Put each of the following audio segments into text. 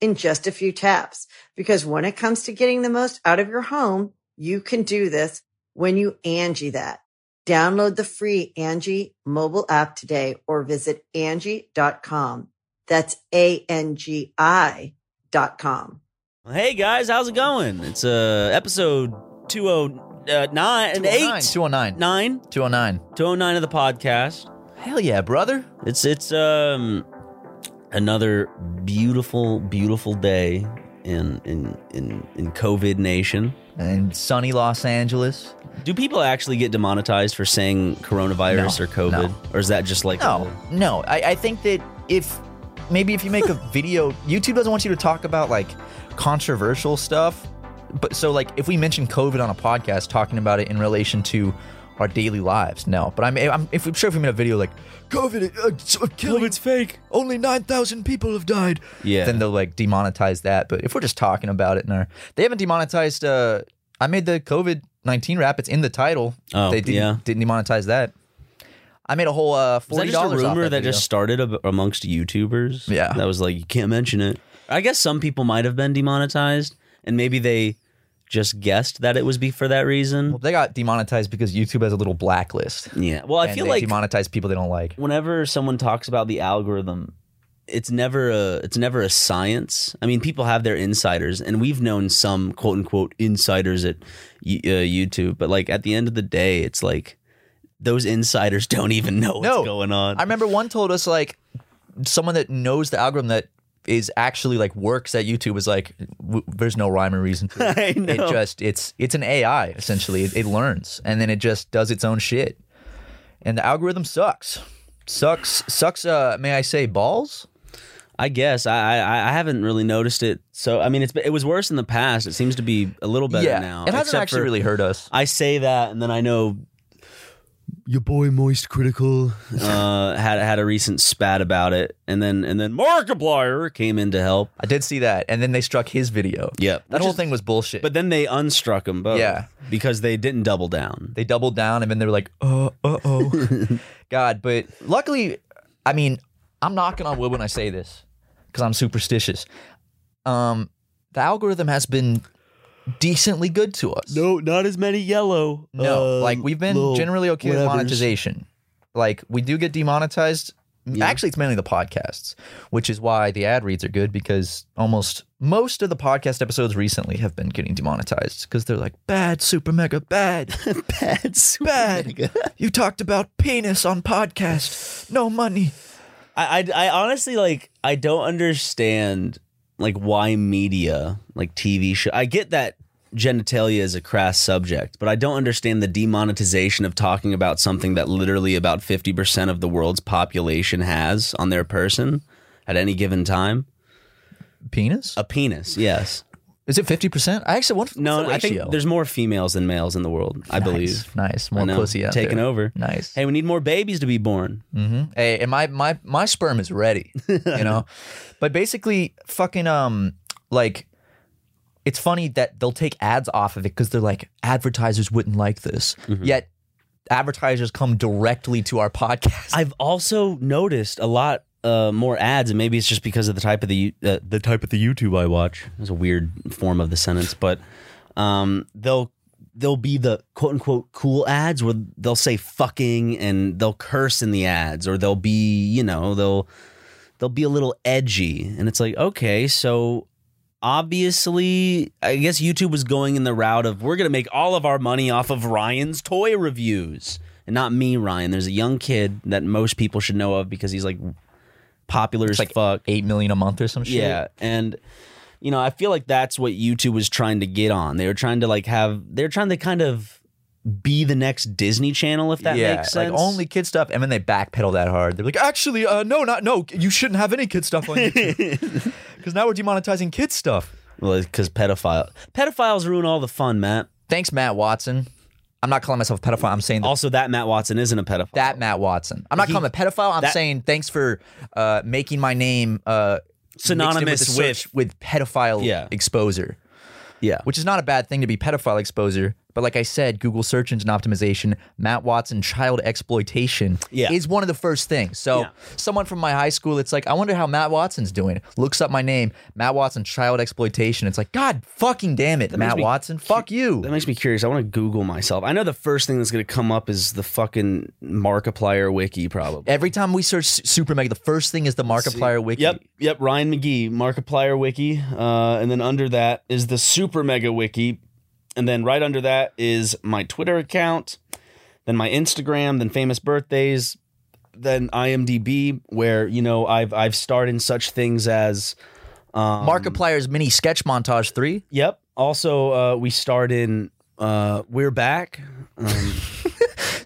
in just a few taps. Because when it comes to getting the most out of your home, you can do this when you Angie that. Download the free Angie mobile app today or visit Angie.com. That's A-N-G-I dot com. Hey guys, how's it going? It's uh episode oh, uh, 209 and 8 209. 9 209. 209 of the podcast. Hell yeah, brother. It's it's um another beautiful beautiful day in in in in COVID nation. And sunny Los Angeles. Do people actually get demonetized for saying coronavirus No, or COVID no. or is that just like No, no. I, I think that if maybe if you make a video, YouTube doesn't want you to talk about like controversial stuff. But so like if we mention COVID on a podcast, talking about it in relation to our daily lives, no. But I'm, I'm if I'm sure if we made a video like COVID, uh, it's, uh, killing, fake. only nine thousand people have died. Yeah. then they'll like demonetize that. But if we're just talking about it in our, they haven't demonetized. Uh, I made the COVID nineteen rap. It's in the title. Oh, they didn't, yeah. didn't demonetize that. I made a whole uh, Was that forty just a dollars. rumor that, that, video. just started ab- amongst YouTubers? Yeah. that was like you can't mention it. I guess some people might have been demonetized, and maybe they just guessed that it was be for that reason. Well, they got demonetized because YouTube has a little blacklist. yeah. Well, I and feel they like demonetize people they don't like. whenever someone talks about the algorithm, it's never a it's never a science. I mean, people have their insiders, and we've known some quote unquote insiders at Y- uh, YouTube, but like at the end of the day, it's like those insiders don't even know what's No. going on. I remember one told us like someone that knows the algorithm that is actually like works at YouTube was like, w- there's no rhyme or reason. To it. I It know. just it's it's an AI essentially. It, it learns and then it just does its own shit. And the algorithm sucks. Sucks sucks. Uh, may I say balls? I guess I, I I haven't really noticed it. So I mean, it's it was worse in the past. It seems to be a little better yeah. now. it hasn't except actually for- really hurt us. I say that, and then I know Your boy Moist Critical. uh, had had a recent spat about it, and then and then Markiplier came in to help. I did see that, and then they struck his video. Yeah, That whole thing was bullshit. But then they unstruck them both. Yeah. because they didn't double down. they doubled down and then they were like, uh, uh oh, God. But luckily, I mean, I'm knocking on wood when I say this because I'm superstitious. Um, the algorithm has been decently good to us. No, not as many yellow. no, um, like we've been little generally okay with whatevers. monetization. Like we do get demonetized. Actually, it's mainly the podcasts, which is why the ad reads are good because almost most of the podcast episodes recently have been getting demonetized because they're like bad, super mega bad. Bad, bad. you talked about penis on podcast. No money. I, I I honestly like I don't understand like why media like TV show. I get that genitalia is a crass subject, but I don't understand the demonetization of talking about something that literally about fifty percent of the world's population has on their person at any given time. Penis? A penis, yes. Is it fifty percent? I actually want No, I think there's more females than males in the world. I believe. Nice, I more know. pussy out taking there. over. Nice. Mm-hmm. Hey, we need more babies to be born. Hey, and my my my sperm is ready, you know. but basically, fucking um, like, it's funny that they'll take ads off of it because they're like advertisers wouldn't like this, Mm-hmm. yet advertisers come directly to our podcast. I've also noticed a lot uh, more ads, and maybe it's just because of the type of the you- uh, the type of the YouTube I watch. It's a weird form of the sentence, but um, they'll they'll be the quote unquote cool ads where they'll say fucking and they'll curse in the ads, or they'll be you know they'll they'll be a little edgy, and it's like okay, so obviously, I guess YouTube was going in the route of we're going to make all of our money off of Ryan's toy reviews. And not me, Ryan. There's a young kid that most people should know of because he's like popular as like fuck. eight million a month or some shit. Yeah, and you know, I feel like that's what YouTube was trying to get on. They were trying to like have they're trying to kind of be the next Disney Channel, if that yeah, makes sense. like only kid stuff, and then they backpedal that hard. They're like, actually, uh, no, not no. You shouldn't have any kid stuff on YouTube because now we're demonetizing kid stuff. well, because pedophile pedophiles ruin all the fun, Matt. Thanks, Matt Watson. I'm not calling myself a pedophile. I'm saying that, Also, that Matt Watson isn't a pedophile. that Matt Watson. I'm not calling him a pedophile. I'm that- saying thanks for uh, making my name uh, mixed in Synonymous with, the search with pedophile Yeah. exposer. yeah, which is not a bad thing to be pedophile exposer. But like I said, Google search engine optimization, Matt Watson child exploitation Yeah. is one of the first things. So Yeah. someone from my high school, it's like, I wonder how Matt Watson's doing. Looks up my name, Matt Watson child exploitation. It's like, God fucking damn it, makes Matt me Watson, fuck that you. makes me curious. I want to Google myself. I know the first thing that's going to come up is the fucking Markiplier wiki, probably. Every time we search Su- Super Mega, the first thing is the Markiplier wiki. Yep, yep. Ryan McGee, Markiplier Wiki, uh, and then under that is the Super Mega Wiki, and then right under that is my Twitter account, then my Instagram, then famous birthdays, then IMDb, where you know I've I've starred in such things as um, Markiplier's mini sketch montage three. Yep. Also, uh, we starred in uh, We're Back. Um,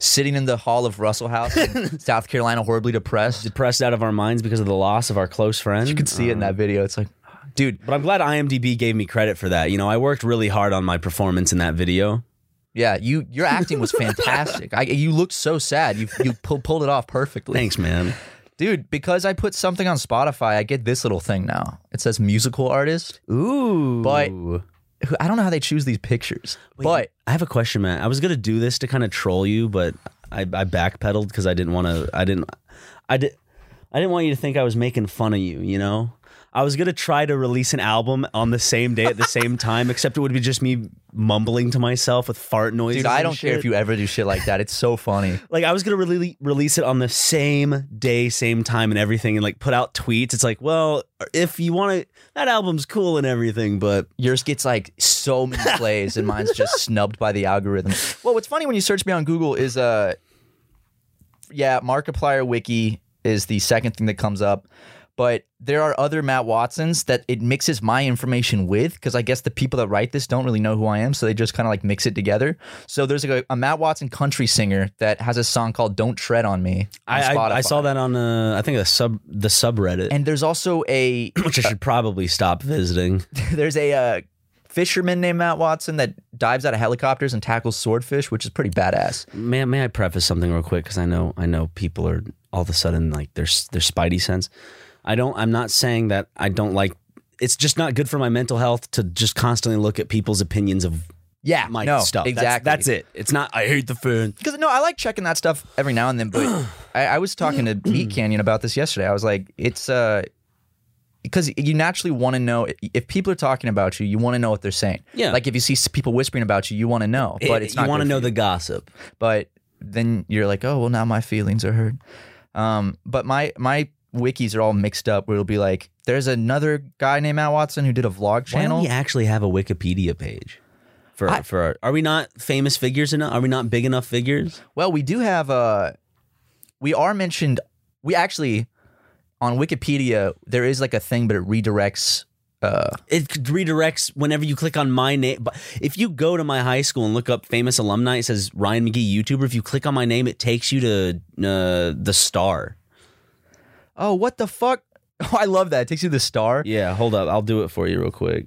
Sitting in the hall of Russell House in South Carolina, horribly depressed. depressed out of our minds because of the loss of our close friend. Uh, You could see it in that video. It's like, dude, But I'm glad IMDb gave me credit for that. You know, I worked really hard on my performance in that video. Yeah, you your acting was fantastic. I, you looked so sad. You you pull, pulled it off perfectly, Thanks, man. dude. Because I put something on Spotify, I get this little thing now. It says musical artist. Ooh. But- Who- I don't know how they choose these pictures, but I have a question, man. I was gonna do this to kind of troll you, but I, I backpedaled because I didn't want to. I didn't. I did. I didn't want you to think I was making fun of you. You know, I was gonna try to release an album on the same day at the same time, except it would be just me mumbling to myself with fart noises. dude, I and don't care shit. if you ever do shit like that. It's so funny. like I was gonna really release it on the same day, same time, and everything, and like put out tweets. It's like, well, if you want to, that album's cool and everything, but Yours gets like so many plays, and mine's just snubbed by the algorithm. Well, what's funny when you search me on Google is uh, yeah, Markiplier Wiki is the second thing that comes up, but there are other Matt Watsons that it mixes my information with because I guess the people that write this don't really know who I am, so they just kind of like mix it together. So there's like a, a Matt Watson country singer that has a song called "Don't Tread on Me" I, on I, I Spotify. saw that on uh, I think a sub the subreddit, and there's also a which I should probably stop visiting. there's a uh, fisherman named Matt Watson that dives out of helicopters and tackles swordfish, which is pretty badass. May may I preface something real quick because I know I know people are all of a sudden like their their spidey sense. I don't. I'm not saying that I don't like. It's just not good for my mental health to just constantly look at people's opinions of Yeah, my no, stuff. That's- Exactly. That's, it. It's not. I hate the fan. Because no, I like checking that stuff every now and then. But I, I was talking to Meat Canyon about this yesterday. I was like, it's uh, because you naturally want to know if people are talking about you, you want to know what they're saying. Yeah. Like if you see s- people whispering about you, you want to know. But it's you not want to good know for the gossip. you. But then you're like, oh well, now my feelings are hurt. Um, but my my wikis are all mixed up. Where it'll be like, there's another guy named Matt Watson who did a vlog Why channel. don't we actually have a Wikipedia page? For, for our, are we not famous figures enough? Are we not big enough figures? Well, we do have uh we are mentioned we actually on Wikipedia there is like a thing but it redirects uh It redirects whenever you click on my name. But if you go to my high school and look up famous alumni, it says Ryan McGee YouTuber. If you click on my name, it takes you to uh, the star. oh what the fuck? Oh, I love that. It takes you to the star. Yeah, hold up, I'll do it for you real quick.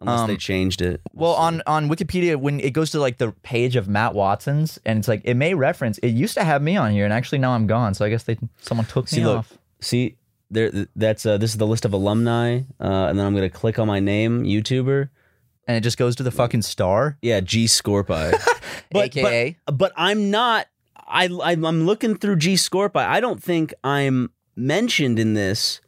Unless they changed it. Well, on on Wikipedia when it goes to like the page of Matt Watson's and it's like it may reference it used to have me on here and actually now I'm gone. So I guess they someone took See, me look, off. see, there. th- That's uh, this is the list of alumni, uh, and then I'm gonna click on my name, YouTuber. And it just goes to the fucking star. Yeah, G Scorpi. AKA but, but I'm not. I I'm, I'm looking through G Scorpi. I don't think I'm mentioned in this.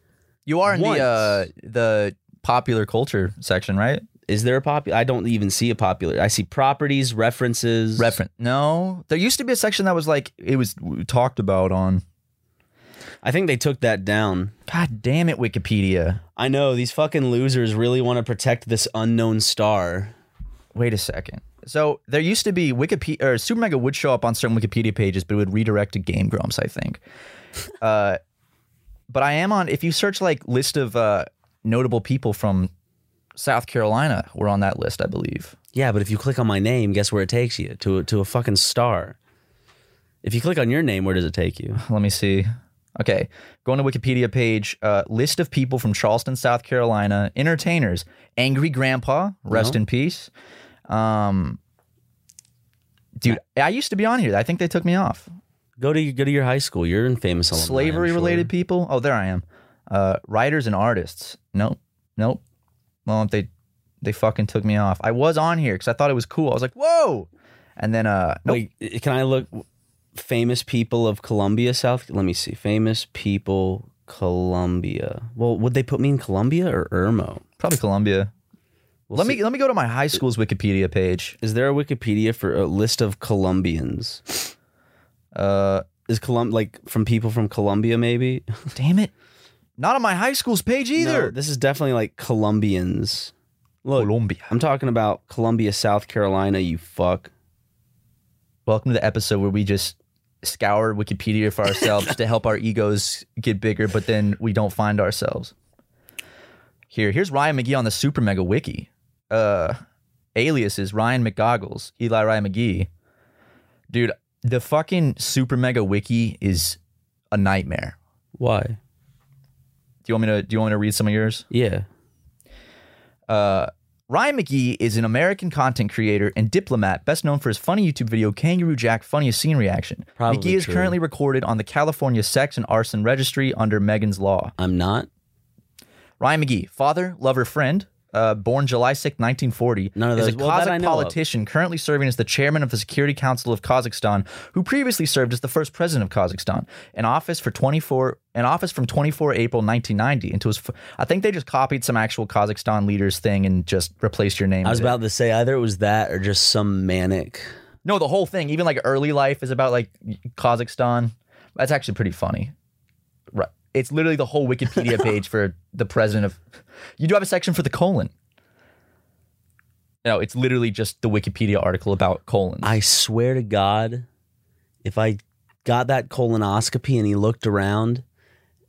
you are in once. the uh the popular culture section, right? Is there a popular? I don't even see a popular. I see properties, references. Reference. No, there used to be a section that was like it was talked about on. I think they took that down. God damn it, Wikipedia. I know these fucking losers really want to protect this unknown star. Wait a second. So there used to be Wikipedia or Super Mega would show up on certain Wikipedia pages, but it would redirect to Game Grumps, I think. uh, but I am on if you search like list of uh, notable people from South Carolina, we're on that list, I believe. Yeah, but if you click on my name, guess where it takes you? To a, to a fucking star. If you click on your name, where does it take you? Let me see. Okay, going to Wikipedia page. Uh, list of people from Charleston, South Carolina. Entertainers: Angry Grandpa, rest No. in peace. Um, dude, I used to be on here. I think they took me off. Go to go to your high school. You're in famous alumni, I'm slavery sure. related people. Oh, there I am. Uh, writers and artists. Nope, nope. Well, they they fucking took me off. I was on here because I thought it was cool. I was like, whoa. And then uh, nope. Wait, can I look famous people of Columbia, South? Let me see. Famous people Columbia. Well, would they put me in Columbia or Irmo? probably Columbia. We'll let see. me let me go to my high school's Wikipedia page. Is there a Wikipedia for a list of Colombians? Uh, Is Colum like from people from Colombia maybe? damn it, not on my high school's page No, either. this is definitely like Colombians. Look, Colombia. I'm talking about Columbia, South Carolina, you fuck. Welcome to the episode where we just scour Wikipedia for ourselves to help our egos get bigger, but then we don't find ourselves. Here, here's Ryan McGee on the Super Mega Wiki. Uh, aliases Ryan McGoggles, Eli Ryan McGee. Dude, the fucking Super Mega Wiki is a nightmare. Why? Do you want me to? Do you want me to read some of yours? Yeah. Uh, Ryan McGee is an American content creator and diplomat, best known for his funny YouTube video Kangaroo Jack Funniest Scene Reaction. Probably McGee is true. currently recorded on the California Sex and Arson Registry under Megan's Law. I'm not. Ryan McGee, father, lover, friend, uh, born July 6, 1940, None of is a those. Well, that Kazakh I know of. politician currently serving as the chairman of the Security Council of Kazakhstan, who previously served as the first president of Kazakhstan, in office for 24, in office from 24 April 1990 until his. f- I think they just copied some actual Kazakhstan leaders thing and just replaced your name. I was with it. about to say either it was that or just some manic. no, the whole thing, even like early life, is about like Kazakhstan. That's actually pretty funny. Right, it's literally the whole Wikipedia page for the president of. You do have a section for the colon. No, it's literally just the Wikipedia article about colons. I swear to God, if I got that colonoscopy and he looked around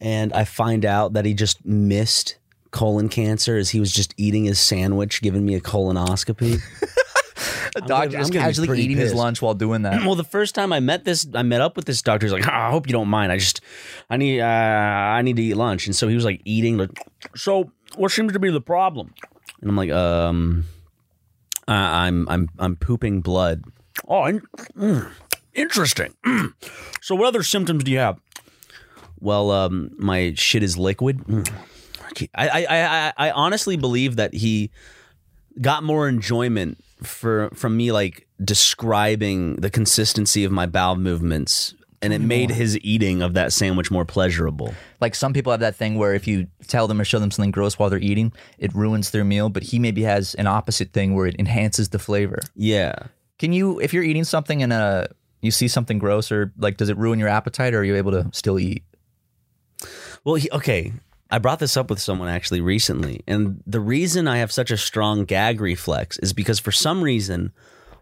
and I find out that he just missed colon cancer as he was just eating his sandwich, giving me a colonoscopy. a I'm gonna- doctor just I'm gonna be casually pretty eating his pissed. lunch while doing that. well, the first time I met this, I met up with this doctor. He's like, "Ah, I hope you don't mind. I just, I need, uh, I need to eat lunch. And so he was like eating. Like, so what seems to be the problem? And I'm like, um, I, I'm, I'm, I'm pooping blood. Oh, in- mm, interesting. Mm. So what other symptoms do you have? Well, um, my shit is liquid. Mm. I, I, I, I- I honestly believe that he got more enjoyment for from me like describing the consistency of my bowel movements and it made his eating of that sandwich more pleasurable. Like some people have that thing where if you tell them or show them something gross while they're eating, it ruins their meal. But he maybe has an opposite thing where it enhances the flavor. Yeah. Can you, if you're eating something and uh, you see something gross, or like, does it ruin your appetite, or are you able to still eat? Well, he, okay. I brought this up with someone actually recently, and the reason I have such a strong gag reflex is because for some reason,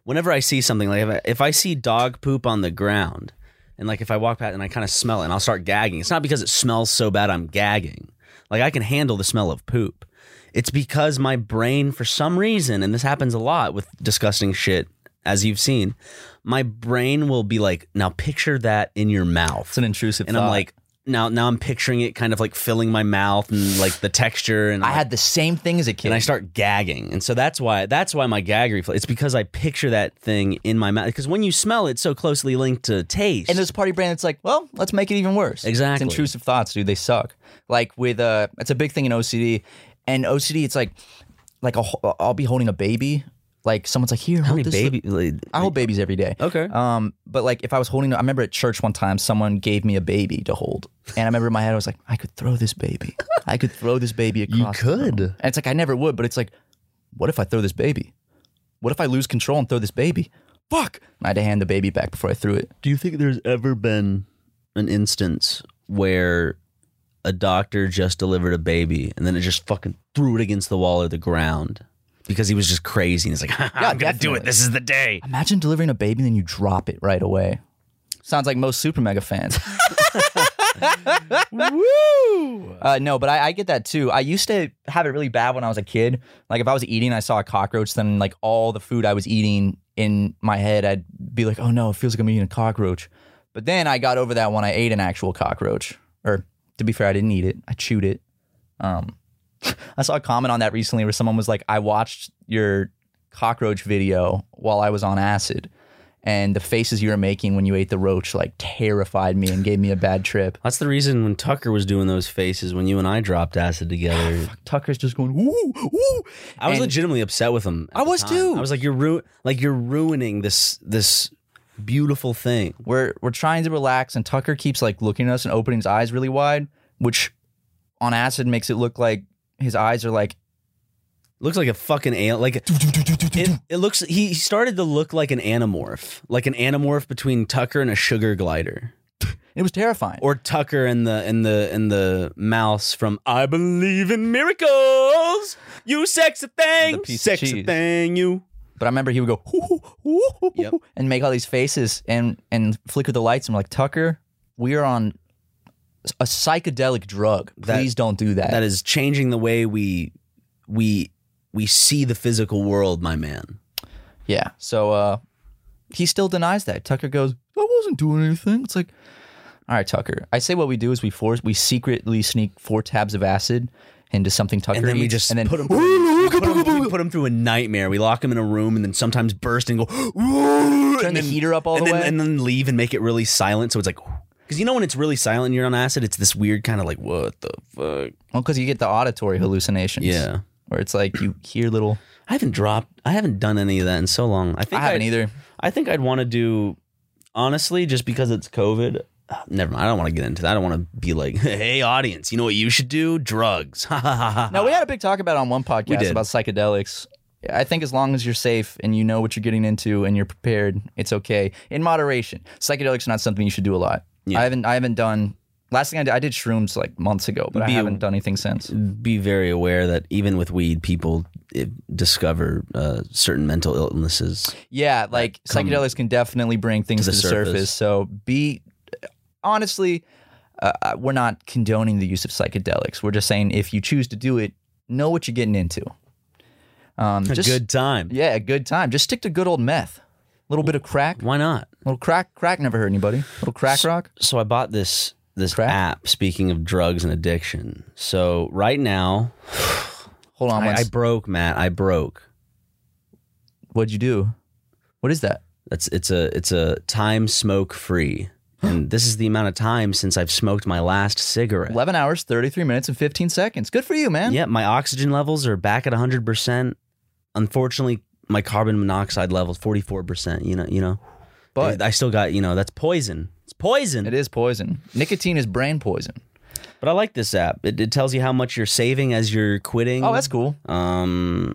whenever I see something like if I, if I see dog poop on the ground, and like if I walk past and I kind of smell it, and I'll start gagging. It's not because it smells so bad I'm gagging. Like I can handle the smell of poop. It's because my brain, for some reason, and this happens a lot with disgusting shit, as you've seen, my brain will be like, now picture that in your mouth It's an intrusive. and I'm thought. like now now I'm picturing it kind of like filling my mouth and like the texture and I I'm like- had the same thing as a kid. and I start gagging and so that's why that's why my gag reflex it's because I picture that thing in my mouth because when you smell it, it's so closely linked to taste and there's party brand that's like, well, let's make it even worse. It's Exactly. intrusive thoughts, dude. They suck. Like with uh, it's a big thing in OCD, and OCD, it's like, like I'll, I'll be holding a baby. Like someone's like, here, how hold many this baby like, I hold babies every day. okay Um, but like if I was holding, I remember at church one time someone gave me a baby to hold, and I remember in my head I was like, I could throw this baby, I could throw this baby across. the room. could. and it's like I never would, but it's like, what if I throw this baby? What if I lose control and throw this baby? Fuck! And I had to hand the baby back before I threw it. do you think there's ever been an instance where a doctor just delivered a baby and then it just fucking threw it against the wall or the ground because he was just crazy and he's like, I'm gonna do it. definitely. This is the day. Imagine delivering a baby and then you drop it right away. Sounds like most super mega fans. Woo! Uh, no, but I, I get that too. I used to have it really bad when I was a kid. Like if I was eating, I saw a cockroach, then like all the food I was eating in my head, I'd be like, "Oh no, it feels like I'm eating a cockroach." But then I got over that when I ate an actual cockroach. Or to be fair, I didn't eat it. I chewed it. Um, I saw a comment on that recently where someone was like, I watched your cockroach video while I was on acid. And the faces you were making when you ate the roach like terrified me and gave me a bad trip. That's the reason when Tucker was doing those faces when you and I dropped acid together. Tucker's just going, ooh, ooh. I was Ah, And- legitimately upset with him. at I the was time. too. I was like, you're ru- like you're ruining this this beautiful thing. We're we're trying to relax and Tucker keeps like looking at us and opening his eyes really wide, which on acid makes it look like his eyes are like Looks like a fucking alien. Like it, it looks. He he started to look like an anamorph, like an anamorph between Tucker and a sugar glider, it was terrifying. or Tucker and the and the and the mouse from I Believe in Miracles. You sexy The thing, piece of sexy cheese. thing, you. But I remember he would go "Hoo, hoo, hoo, hoo, Yep. hoo," and make all these faces and and flicker the lights. I'm like Tucker, we are on a psychedelic drug. That- Please don't do that. That is changing the way we we we see the physical world, my man. yeah. So uh, he still denies that. Tucker goes, I wasn't doing anything. It's like, all right, Tucker. I say what we do is we force we secretly sneak four tabs of acid into something Tucker and then we eats, just and then put him through, we put him, we put him through a nightmare. We lock him in a room and then sometimes burst and go turn turn the heater up all and the then, way. and then leave and make it really silent. So it's like because you know when it's really silent and you're on acid, it's this weird kind of like what the fuck. well, because you get the auditory hallucinations. Yeah, Where it's like you hear little. I haven't dropped. I haven't done any of that in so long. I I think haven't I'd- either. I think I'd want to do honestly just because it's COVID. uh, Never mind. I don't want to get into that. I don't want to be like, hey, audience, you know what you should do? Drugs. No, we had a big talk about it on one podcast did. about psychedelics. I think as long as you're safe and you know what you're getting into and you're prepared, it's okay. In moderation, psychedelics are not something you should do a lot. Yeah. I haven't. I haven't done. Last thing I did, I did shrooms like months ago, but I Be a- haven't done anything since. be very aware that even with weed, people eh, discover uh, certain mental illnesses. Yeah, like come psychedelics can definitely bring things to the the, surface. surface. So be honestly, uh, uh, we're not condoning the use of psychedelics. We're just saying if you choose to do it, know what you're getting into. Um, just Good time. Yeah, a good time. Just stick to good old meth. little bit of crack. Why not? Little crack. Crack never hurt anybody. Little crack rock. So I bought this this Crack? app. Speaking of drugs and addiction, so right now Hold on. I, I once. broke Matt. I broke. What'd you do? What is that? That's it's a it's a time smoke free, and this is the amount of time since I've smoked my last cigarette. 11 hours, 33 minutes, and 15 seconds. Good for you, man. Yeah, my oxygen levels are back at hundred percent. Unfortunately, my carbon monoxide levels forty four percent. You know, you know. But I still got you know that's poison. It's poison. it is poison. Nicotine is brain poison. But I like this app. It, it tells you how much you're saving as you're quitting. Oh, that's cool. um,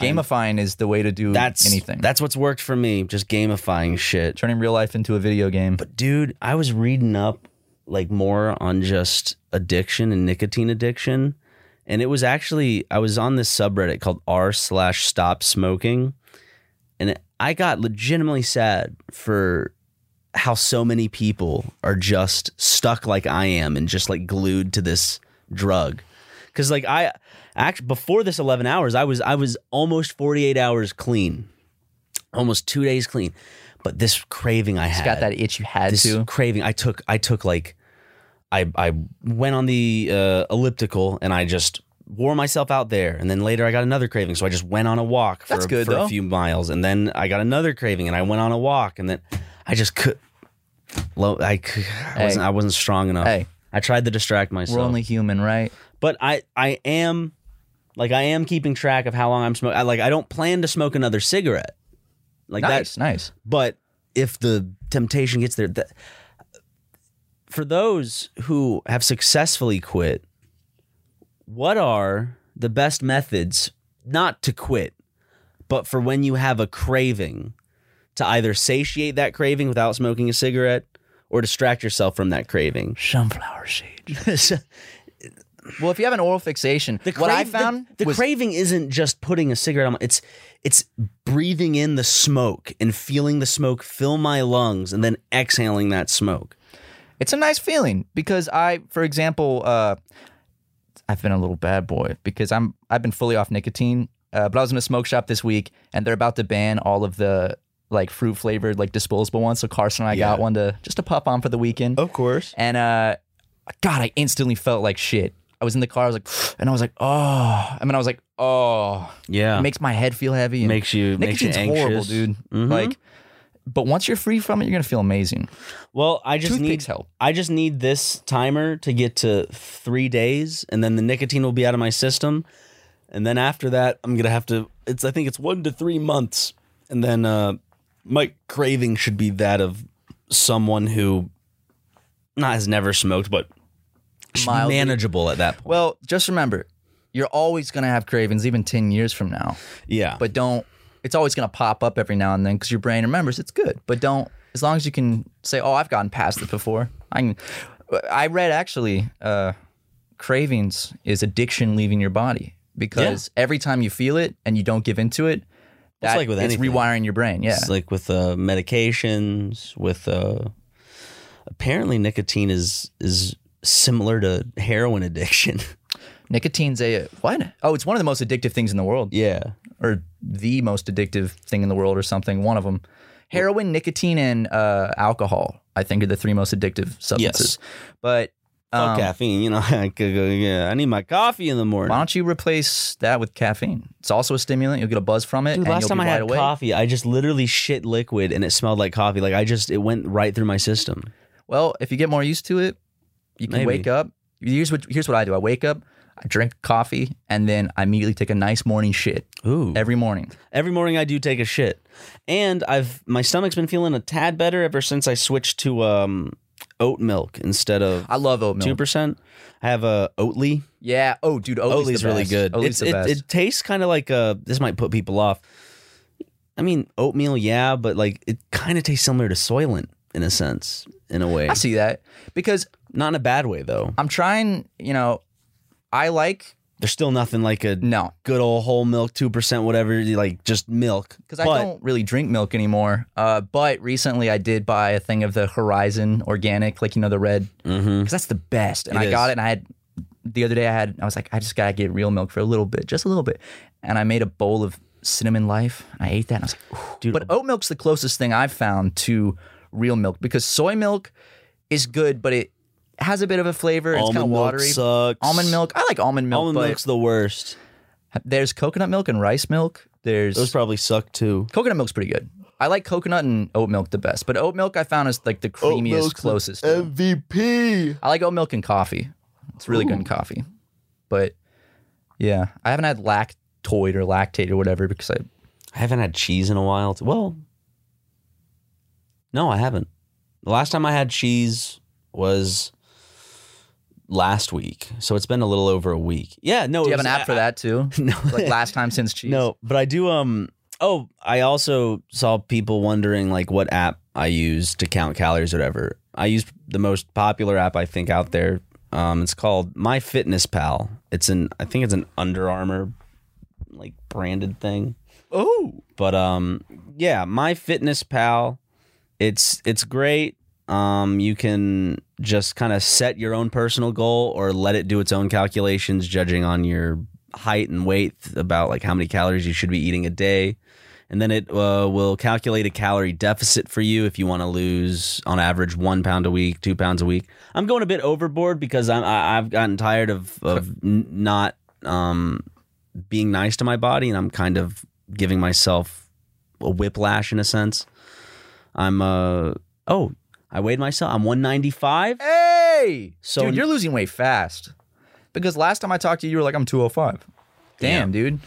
Gamifying is the way to do that's anything. That's what's worked for me. Just gamifying shit. Turning real life into a video game. But dude, I was reading up like more on just addiction and nicotine addiction. And it was actually I was on this subreddit called r slash stop smoking. And it, I got legitimately sad for how so many people are just stuck like I am and just like glued to this drug. Cause like I actually before this 11 hours, I was I was almost 48 hours clean. Almost two days clean. But this craving I It's had got that itch you had this to. craving. I took I took like I I went on the uh, elliptical and I just wore myself out there and then later I got another craving so I just went on a walk for, That's good, for though. a few miles and then I got another craving and I went on a walk and then I just could low I, cou- I wasn't I wasn't strong enough. Hey. I tried to distract myself. We're only human, right? but I I am like I am keeping track of how long I'm smoking. I, like I don't plan to smoke another cigarette. Like that's Nice, nice. but if the temptation gets there, that, for those who have successfully quit, what are the best methods not to quit, but for when you have a craving to either satiate that craving without smoking a cigarette or distract yourself from that craving. Sunflower seeds. the Well, if you have an oral fixation, what I crave- the- found the, was craving isn't just putting a cigarette on. My, it's it's breathing in the smoke and feeling the smoke fill my lungs and then exhaling that smoke. it's a nice feeling because I, for example, uh, I've been a little bad boy because I'm I've been fully off nicotine. Uh, but I was in a smoke shop this week, and they're about to ban all of the like fruit flavored like disposable ones. So Carson and I got one to just to puff on for the weekend. Of course. And uh, God, I instantly felt like shit. I was in the car. I was like, and I was like, oh. I mean, I was like, oh. Yeah. It makes my head feel heavy. And Makes you- makes you nicotine's horrible, anxious. dude. Mhm. Like, but once you're free from it, you're gonna feel amazing. well, I just Toothpicks need help. I just need this timer to get to 3 days and then the nicotine will be out of my system. And then after that, I'm going to have to it's I think it's 1 to 3 months and then uh my craving should be that of someone who not has never smoked but should be Mildly. manageable at that point. Well, just remember, you're always gonna have cravings, even ten years from now. Yeah. But don't. It's always gonna pop up every now and then because your brain remembers it's good. But don't. As long as you can say, "Oh, I've gotten past it before." I can. I read actually, uh, cravings is addiction leaving your body because every time you feel it and you don't give into it, that's like with it's anything. rewiring your brain. Yeah. It's like with uh, medications, with uh, apparently nicotine is is similar to heroin addiction. Nicotine's a what? Oh, it's one of the most addictive things in the world, yeah, or the most addictive thing in the world, or something. One of them. Heroin, nicotine, and uh, alcohol, I think, are the three most addictive substances. But Fuck um, caffeine. You know, I could go, yeah, I need my coffee in the morning. why don't you replace that with caffeine? It's also a stimulant. You'll get a buzz from it, Dude, and last you'll time be I wide had awake. coffee, I just literally shit liquid and it smelled like coffee. Like I just, it went right through my system. Well, if you get more used to it, you can Maybe. wake up. Here's what here's what I do. I wake up, I drink coffee, and then I immediately take a nice morning shit Ooh. every morning. Every morning I do take a shit, and I've my stomach's been feeling a tad better ever since I switched to um oat milk instead of I love oat two milk. percent. I have a Oatly. Yeah. Oh, dude, Oatly's, Oatly's the really best. good. It's- Oatly's the it, best. it tastes kind of like uh this might put people off. I mean, oatmeal, yeah, but like it kind of tastes similar to Soylent in a sense, in a way. I see that because Not in a bad way though. I'm trying. You know, I like There's still nothing like a no good old whole milk, 2%, whatever, like just milk. because I But- don't really drink milk anymore. Uh, but recently I did buy a thing of the Horizon organic, like you know the red, because Mm-hmm. that's the best. And It I is. got it, and I had the other day I had I was like I just gotta get real milk for a little bit, just a little bit, and I made a bowl of cinnamon life. And I ate that, and I was like, Ooh. Dude, but oat milk's the closest thing I've found to real milk because soy milk is good, but it has a bit of a flavor. it's kind of almond milk watery. sucks. Almond milk. I like almond milk, Almond but milk's the worst. there's coconut milk and rice milk. There's Those probably suck too. coconut milk's pretty good. I like coconut and oat milk the best, but oat milk I found is like the creamiest, closest. to it. MVP. I like oat milk and coffee. It's really good in coffee, but yeah, I haven't had lactoid or lactate or whatever because I I haven't had cheese in a while. too. Well, no, I haven't. The last time I had cheese was last week, so it's been a little over a week. Yeah, no. do you it have an was- app for I- that too. No, like last time since cheese. no, but I do. Um. Oh, I also saw people wondering like what app I use to count calories or whatever. I use the most popular app I think out there. Um, it's called MyFitnessPal. It's an I think it's an Under Armour like branded thing. Oh, But um yeah, my fitness pal, it's it's great. Um you can just kind of set your own personal goal or let it do its own calculations judging on your height and weight about like how many calories you should be eating a day. And then it uh, will calculate a calorie deficit for you if you want to lose, on average, one pound a week, two pounds a week. I'm going a bit overboard because I'm I, I've gotten tired of of n- not um, being nice to my body, and I'm kind of giving myself a whiplash in a sense. I'm uh oh, I weighed myself. I'm 195. hey, So- dude, you're losing weight fast because last time I talked to you, you were like I'm 205. Damn, dude,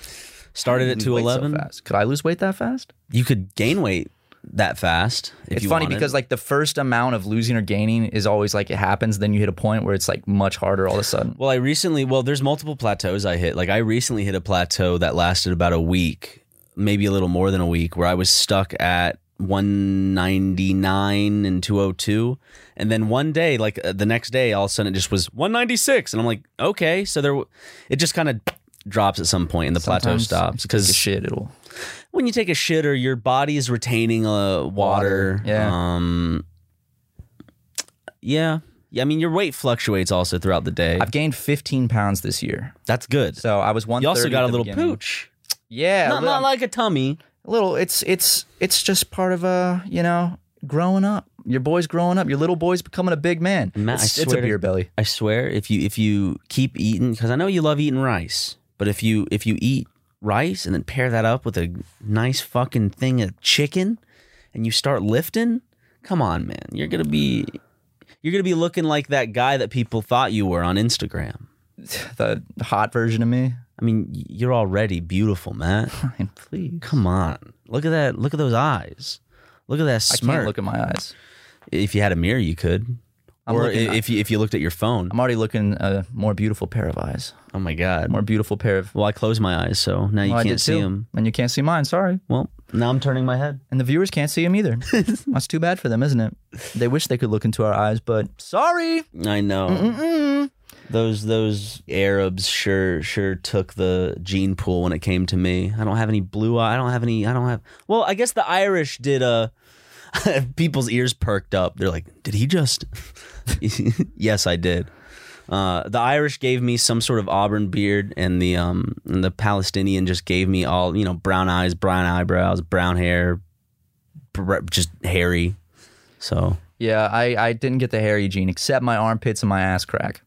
Started at Lose weight so 211. fast. Could I lose weight that fast? you could gain weight that fast. If it's you funny wanted. because like the first amount of losing or gaining is always like it happens then you hit a point where it's like much harder all of a sudden Well, I recently, well, there's multiple plateaus I hit. Like, I recently hit a plateau that lasted about a week, maybe a little more than a week, where I was stuck at 199 and 202 and then one day like uh, the next day all of a sudden it just was 196 and i'm like okay so there w- it just kind of drops at some point and the plateau Sometimes stops if you take a because shit, it'll when you take a shit or your body is retaining uh, water, Water, yeah. um yeah yeah i mean your weight fluctuates also throughout the day I've gained 15 pounds this year. that's good So I was one. you also got a little beginning. pooch Yeah, not, li- not like a tummy a little. It's it's it's just part of uh you know growing up. Your boy's growing up. Your little boy's becoming a big man. Matt, I it's, it's a swear to- beer belly. I swear, if you if you keep eating, because I know you love eating rice, but if you if you eat rice and then pair that up with a nice fucking thing of chicken, and you start lifting, come on, man, you're gonna be you're gonna be looking like that guy that people thought you were on Instagram. The hot version of me. I mean, you're already beautiful, Matt. Ryan, please. Come on, look at that. Look at those eyes. Look at that I can't smirk. look at my eyes. if you had a mirror, you could. I'm or i- looking- if you if you looked at your phone. I'm already looking a more beautiful pair of eyes. Oh my god. More beautiful pair of. Well, I closed my eyes, so now you Well, I can't did see too. them. and you can't see mine. Sorry. Well, now I'm turning my head. And the viewers can't see them either. That's too bad for them, isn't it? They wish they could look into our eyes, but sorry. I know Mm-mm. those those Arabs sure sure took the gene pool when it came to me. I don't have any blue eye. I don't have any. I don't have. Well, I guess the Irish did. Uh, people's ears perked up. They're like, "Did he just?" yes, I did. Uh, the Irish gave me some sort of auburn beard, and the um and the Palestinian just gave me all you know brown eyes, brown eyebrows, brown hair, br- just hairy. So Yeah, I, I didn't get the hairy gene except my armpits and my ass crack.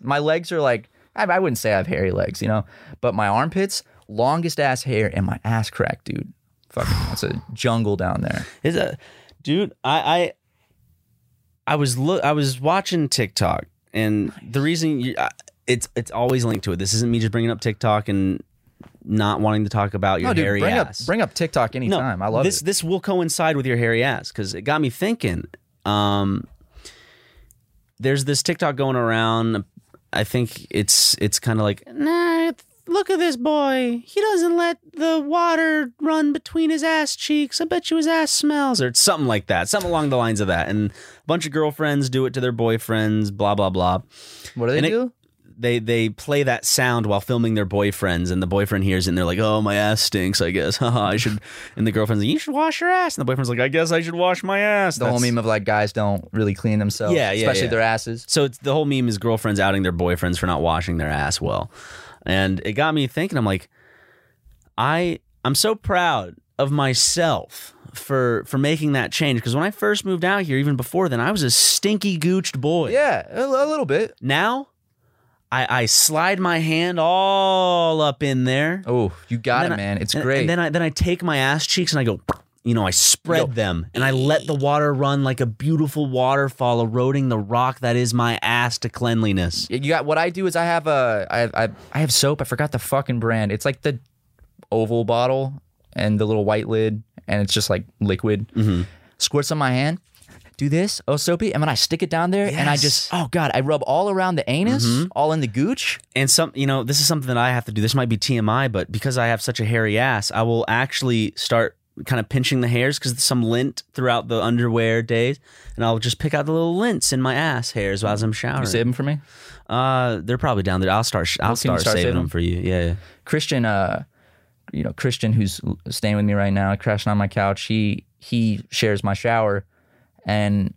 My legs are like, I, I wouldn't say I have hairy legs, you know, but my armpits, longest ass hair, and my ass crack, dude. Fucking, that's a jungle down there. Is a dude? I I I was look. I was watching TikTok, and the reason you, I, it's it's always linked to it. This isn't me just bringing up TikTok and not wanting to talk about your No, dude, hairy bring ass. up bring up TikTok anytime. I love this. it. This will coincide with your hairy ass because it got me thinking. Um, there's this TikTok going around. I think it's it's kind of like nah. Look at this boy. He doesn't let the water run between his ass cheeks. I bet you his ass smells, or something like that. Something along the lines of that. And a bunch of girlfriends do it to their boyfriends. Blah blah blah What do they and it- do? they they play that sound while filming their boyfriends, and the boyfriend hears it, and they're like, "Oh, my ass stinks. I guess. Haha, I should." And the girlfriend's like, "You should wash your ass." And the boyfriend's like, "I guess I should wash my ass." the whole meme of like guys don't really clean themselves. Yeah, yeah, especially yeah. their asses. So it's the whole meme is girlfriends outing their boyfriends for not washing their ass well, and it got me thinking. I'm like, I I'm so proud of myself for for making that change because when I first moved out here, even before then, I was a stinky gooched boy. Yeah, a, a little bit. Now, I I slide my hand all up in there. Oh, you got And it, then I- man. It's and- great. And then I then I take my ass cheeks and I go, you know, I spread Yo. them and I let the water run like a beautiful waterfall, eroding the rock that is my ass to cleanliness. you got what I do is I have a I have, I, I have soap. I forgot the fucking brand. It's like the oval bottle and the little white lid, and it's just like liquid. Squirts on my hand. Do this, oh soapy, and then I stick it down there, and I just oh god, I rub all around the anus, all in the gooch. And some, you know, this is something that I have to do. This might be TMI, but because I have such a hairy ass, I will actually start kind of pinching the hairs because some lint throughout the underwear days, and I'll just pick out the little lints in my ass hairs as I'm showering. You save them for me, Uh, they're probably down there. I'll start. I'll can start, start saving, saving them them. for you. Yeah. yeah. Christian. Uh, you know Christian, who's l- staying with me right now, crashing on my couch. He he shares my shower, and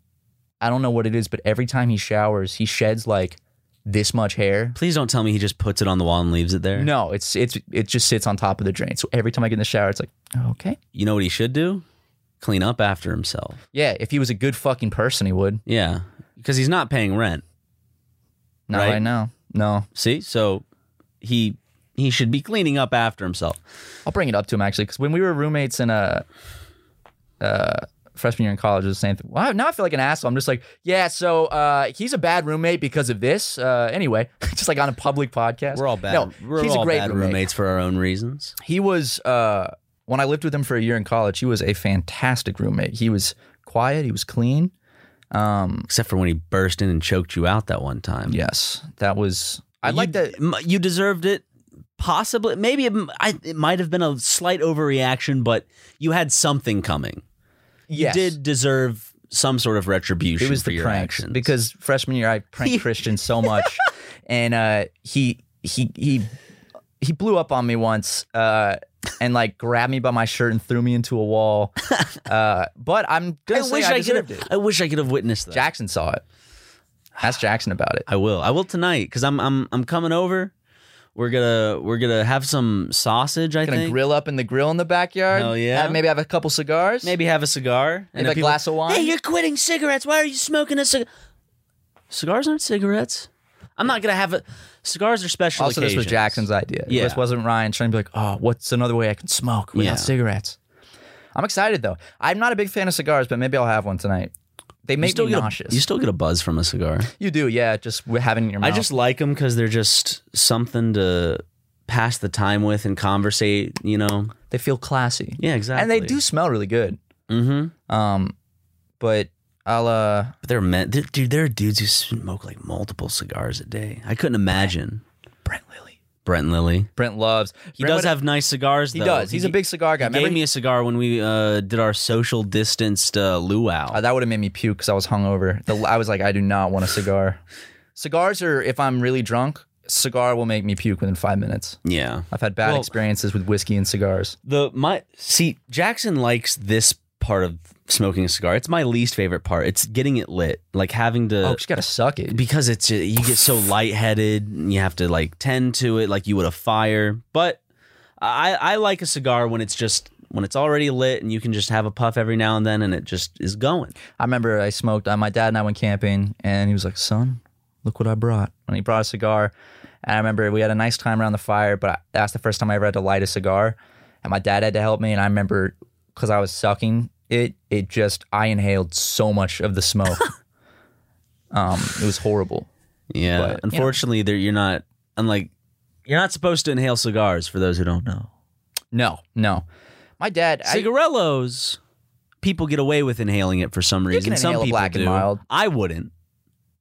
I don't know what it is, but every time he showers, he sheds like this much hair. Please don't tell me he just puts it on the wall and leaves it there. No, it's it's it just sits on top of the drain. So every time I get in the shower, it's like, oh, okay. You know what he should do? Clean up after himself. Yeah, if he was a good fucking person, he would. Yeah. Because he's not paying rent. Not Right. right, now. No, See? So he he should be cleaning up after himself. I'll bring it up to him actually, because when we were roommates in a uh, freshman year in college, it was the same thing. Wow, now I feel like an asshole. I'm just like, yeah. So uh, he's a bad roommate because of this. Uh, anyway, just like on a public podcast, We're all bad. No, we're he's all a great bad roommate. roommates for our own reasons. he was uh, when I lived with him for a year in college. He was a fantastic roommate. He was quiet. He was clean. Except for when he burst in and choked you out that one time. Yes, that was. I like that. M- You deserved it. Possibly, maybe it, m- I- it might have been a slight overreaction, but you had something coming. Yes. you did deserve some sort of retribution. It was for the your pranks actions. because freshman year I pranked Christian so much, and uh, he he he he blew up on me once uh, and like grabbed me by my shirt and threw me into a wall. Uh, but I'm I gonna say wish I, I, could. deserved Have, it. I wish I could have witnessed that. Jackson saw it. Ask Jackson about it. I will. I will tonight because I'm I'm I'm coming over. We're gonna we're gonna have some sausage. I Gonna think grill up in the grill in the backyard. Hell yeah. Have- maybe have a couple cigars. maybe have a cigar maybe if a people- glass of wine. Hey, you're quitting cigarettes. Why are you smoking a cigar? Cigars aren't cigarettes. I'm not gonna have a. Cigars are special. also, this was occasions. Jackson's idea. Yeah. This wasn't Ryan trying to be like, oh, what's another way I can smoke without Yeah. cigarettes? I'm excited though. I'm not a big fan of cigars, but maybe I'll have one tonight. They You make still me get a- nauseous. you still get a buzz from a cigar. You do, yeah. Just w- having it in your mouth. I just like them because they're just something to pass the time with and conversate. You know. they feel classy, Yeah, exactly. and they do smell really good. Mm-hmm. Um, but I'll uh, But they're meant, they're- dude. There are dudes who smoke like multiple cigars a day. I couldn't imagine Brent Lilly. Brent Lilly. Brent loves. He Brent does would- have nice cigars. He though. does. He's a big cigar He guy. Remember gave me a cigar when we uh, did our social distanced uh, luau. Uh, that would have made me puke because I was hungover. The, I was like, I do not want a cigar. Cigars are, if I'm really drunk, cigar will make me puke within five minutes. yeah. I've had bad Well- experiences with whiskey and cigars. The my see Jackson likes this part of smoking a cigar. It's my least favorite part. It's getting it lit, like having to. oh, just gotta suck it. because it's you get so lightheaded and you have to like tend to it like you would a fire. But I I like a cigar when it's just when it's already lit and you can just have a puff every now and then and it just is going. I remember I smoked. Uh, my dad and I went camping, and he was like, "Son, look what I brought." And he brought a cigar, and I remember we had a nice time around the fire. But I, that's the first time I ever had to light a cigar, and my dad had to help me. And I remember because I was sucking it, it just I inhaled so much of the smoke. um, it was horrible. Yeah. But, you know. Unfortunately, there you're not unlike you're not supposed to inhale cigars for those who don't know. No, no. My dad, I, Cigarellos people get away with inhaling it for some reason. can some inhale a people Black do. and Mild. I wouldn't.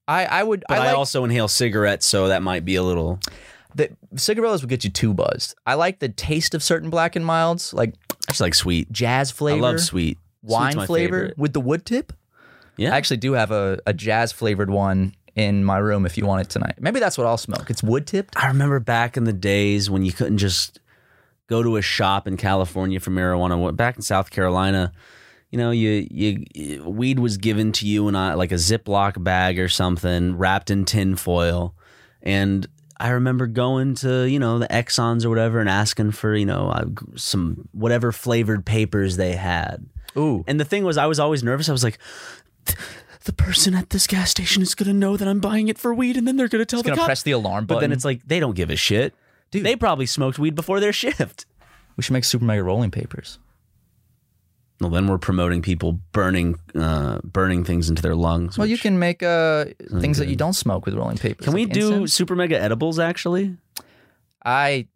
I, I would, But I, I, like, also inhale cigarettes, so that might be a little the cigarillos would get you too buzzed. I like the taste of certain black and milds, like I just like sweet. jazz flavor. I love sweet. Sweet's wine my flavor favorite. with the wood tip. Yeah. I actually do have a, a jazz flavored one in my room if you want it tonight. Maybe that's what I'll smoke. It's wood tipped. I remember back in the days when you couldn't just go to a shop in California for marijuana. What- Back in South Carolina, you know, you you weed was given to you in a, like a Ziploc bag or something, wrapped in tin foil. And I remember going to you know the Exxon's or whatever and asking for you know uh, some whatever flavored papers they had. Ooh. And the thing was, I was always nervous. I was like. The person at this gas station is gonna know that I'm buying it for weed, and then they're gonna tell It's the gonna cops. press the alarm But button. then it's like they don't give a shit. Dude. They probably smoked weed before their shift. we should make super mega rolling papers. Well, then we're promoting people burning, uh, burning things into their lungs. Well, you which- can make uh, things that you don't smoke with rolling papers. Can we like do incense. super mega edibles? Actually, I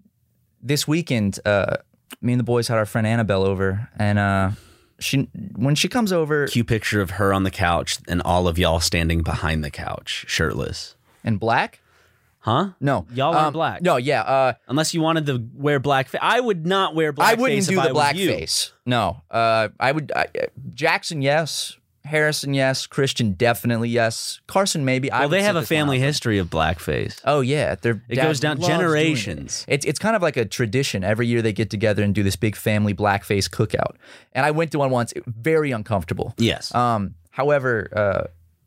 this weekend, uh, me and the boys had our friend Annabelle over, and uh, she when she comes over cue picture of her on the couch and all of y'all standing behind the couch, shirtless. in black. Huh? No, Y'all aren't um, black. No, yeah. Uh, Unless you wanted to wear black, fa- I would not wear black. I wouldn't face do if the I was you. blackface. No, uh, I would. I, uh, Jackson, yes. Harrison, yes. Christian, definitely yes. Carson, maybe. I Well, would they sit have a this one family out. history of blackface. Oh yeah, they're, It goes down generations. It's it's kind of like a tradition. Every year they get together and do this big family blackface cookout. And I went to one once. It- Very uncomfortable. Yes. Um. However, uh,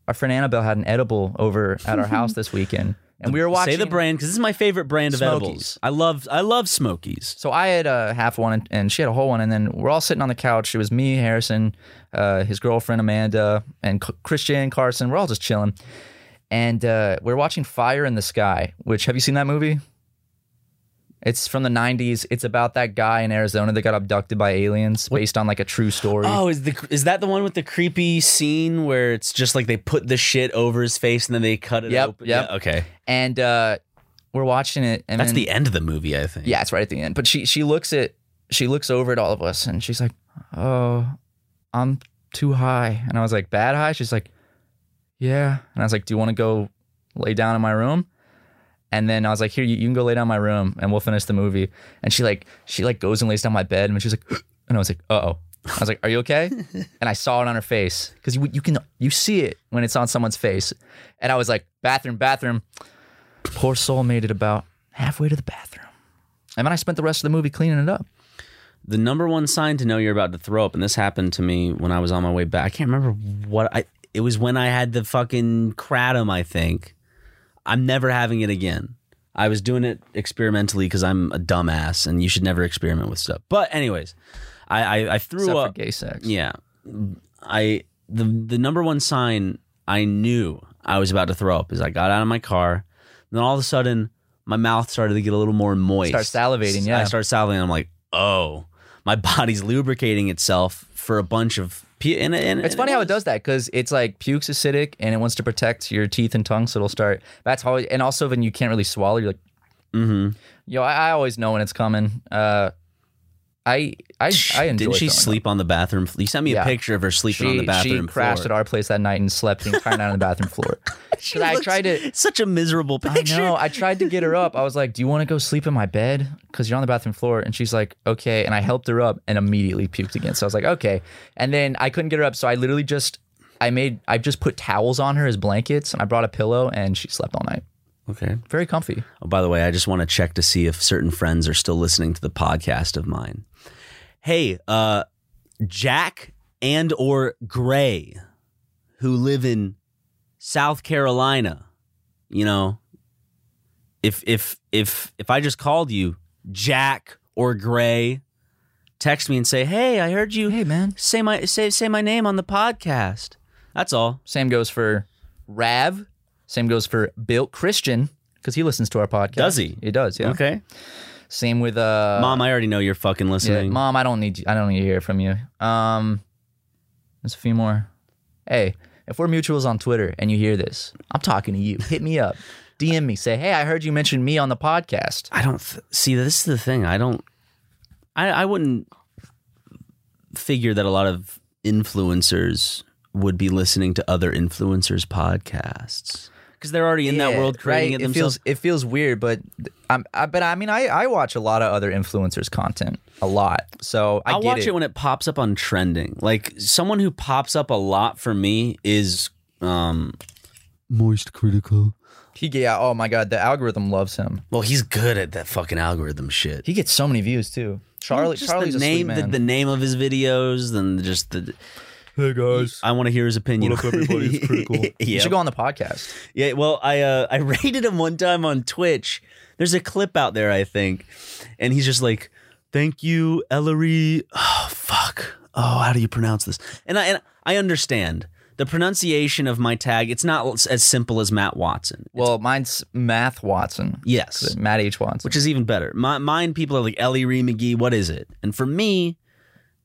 our friend Annabelle had an edible over at our house this weekend, and we were watching. Say the brand because this is my favorite brand of Smokies. edibles. I love, I love Smokies. So I had a half one and- and she had a whole one, and then we're all sitting on the couch. It was me, Harrison, uh, his girlfriend Amanda, and C- Christian Carson. We're all just chilling, and uh, we're watching Fire in the Sky. Which have you seen that movie? It's from the '90s. It's about that guy in Arizona that got abducted by aliens, based on like a true story. Oh, is the is that the one with the creepy scene where it's just like they put the shit over his face and then they cut it Yep, open? yep. Yeah, okay. And uh, we're watching it, and That's then- the end of the movie, I think. Yeah, it's right at the end. But she she looks at she looks over at all of us and she's like, "Oh, I'm too high." And I was like, "Bad high?" She's like, "Yeah." And I was like, "Do you want to go lay down in my room?" And then I was like, "Here, you, you can go lay down in my room and we'll finish the movie." And she like she like goes and lays down my bed and she's like, and I was like, "Uh oh." I was like, "Are you okay?" and I saw it on her face because you you can you see it when it's on someone's face, and I was like, "Bathroom, bathroom." Poor soul made it about halfway to the bathroom, and then I spent the rest of the movie cleaning it up. the number one sign to know you're about to throw up, and this happened to me when I was on my way back. I can't remember what I. It was when I had the fucking kratom. I think I'm never having it again. I was doing it experimentally because I'm a dumbass, and you should never experiment with stuff. But anyways, I I, I threw Except for up. gay sex. Yeah. I the the number one sign I knew I was about to throw up is I got out of my car, and then all of a sudden my mouth started to get a little more moist. Start salivating, yeah. I start salivating. I'm like, oh, my body's lubricating itself for a bunch of. P- and, and, It's funny how it does that because it's like puke's acidic and it wants to protect your teeth and tongue, so it'll start. That's how. And also, when you can't really swallow, you're like, Mm-hmm. yo, I, I always know when it's coming. Uh, I I I enjoy. Didn't she throwing up. sleep on the bathroom? fl- You sent me a Yeah. picture of her sleeping she, on the bathroom. She crashed floor. at our place that night and slept the entire night on the bathroom floor. 'Cause I looks- tried to. It's such a miserable I picture. know. I tried to get her up. I was like, "Do you want to go sleep in my bed? Because you're on the bathroom floor." And she's like, "Okay." And I helped her up and immediately puked again. So I was like, "Okay." And then I couldn't get her up, so I literally just, I made, I just put towels on her as blankets, and I brought a pillow, and she slept all night. Okay. Very comfy. Oh, by the way, I just want to check to see if certain friends are still listening to the podcast of mine. Hey, uh, Jack and or Gray, who live in South Carolina, you know, if if if if I just called you Jack or Gray, text me and say, "Hey, I heard you Hey, man. say my say say my name on the podcast." That's all. Same goes for Rav. Same goes for Bill Christian because he listens to our podcast. Does he? He does. Yeah. Okay, Same with uh, Mom, I already know you're fucking Yeah, listening. mom, I don't need you. I don't need to hear it from you. Um, there's a few more. Hey, if we're mutuals on Twitter and you hear this, I'm talking to you. Hit me up, DM me, say, hey, I heard you mention me on the podcast. I don't th- see. This is the thing. I don't. I I wouldn't figure that a lot of influencers would be listening to other influencers' podcasts because they're already in that Yeah, world creating right? it themselves. Feels, it feels weird, but I'm, I, but I mean, I, I watch a lot of other influencers' content, a lot. So I I'll get watch it. when it pops up on trending. Like someone who pops up a lot for me is um Moist critical. He, yeah. Oh my god, the algorithm loves him. well he's good at that fucking algorithm shit. He gets so many views too. Charlie, Just Charlie's the a sweet name, the, man. the name of his videos, and just the. Hey guys. I want to hear his opinion. What up, everybody? It's Critical. you yeah, should go on the podcast. Yeah, well, I uh, I rated him one time on Twitch. There's a clip out there, I think, and he's just like, "Thank you, Ellery." Oh fuck! Oh, how do you pronounce this? And I and I understand the pronunciation of my tag. It's not as simple as Matt Watson. Well, mine's Math Watson. Yes, Matt H. Watson. which is even better. My, mine people are like Ellie Ree McGee. What is it? And for me,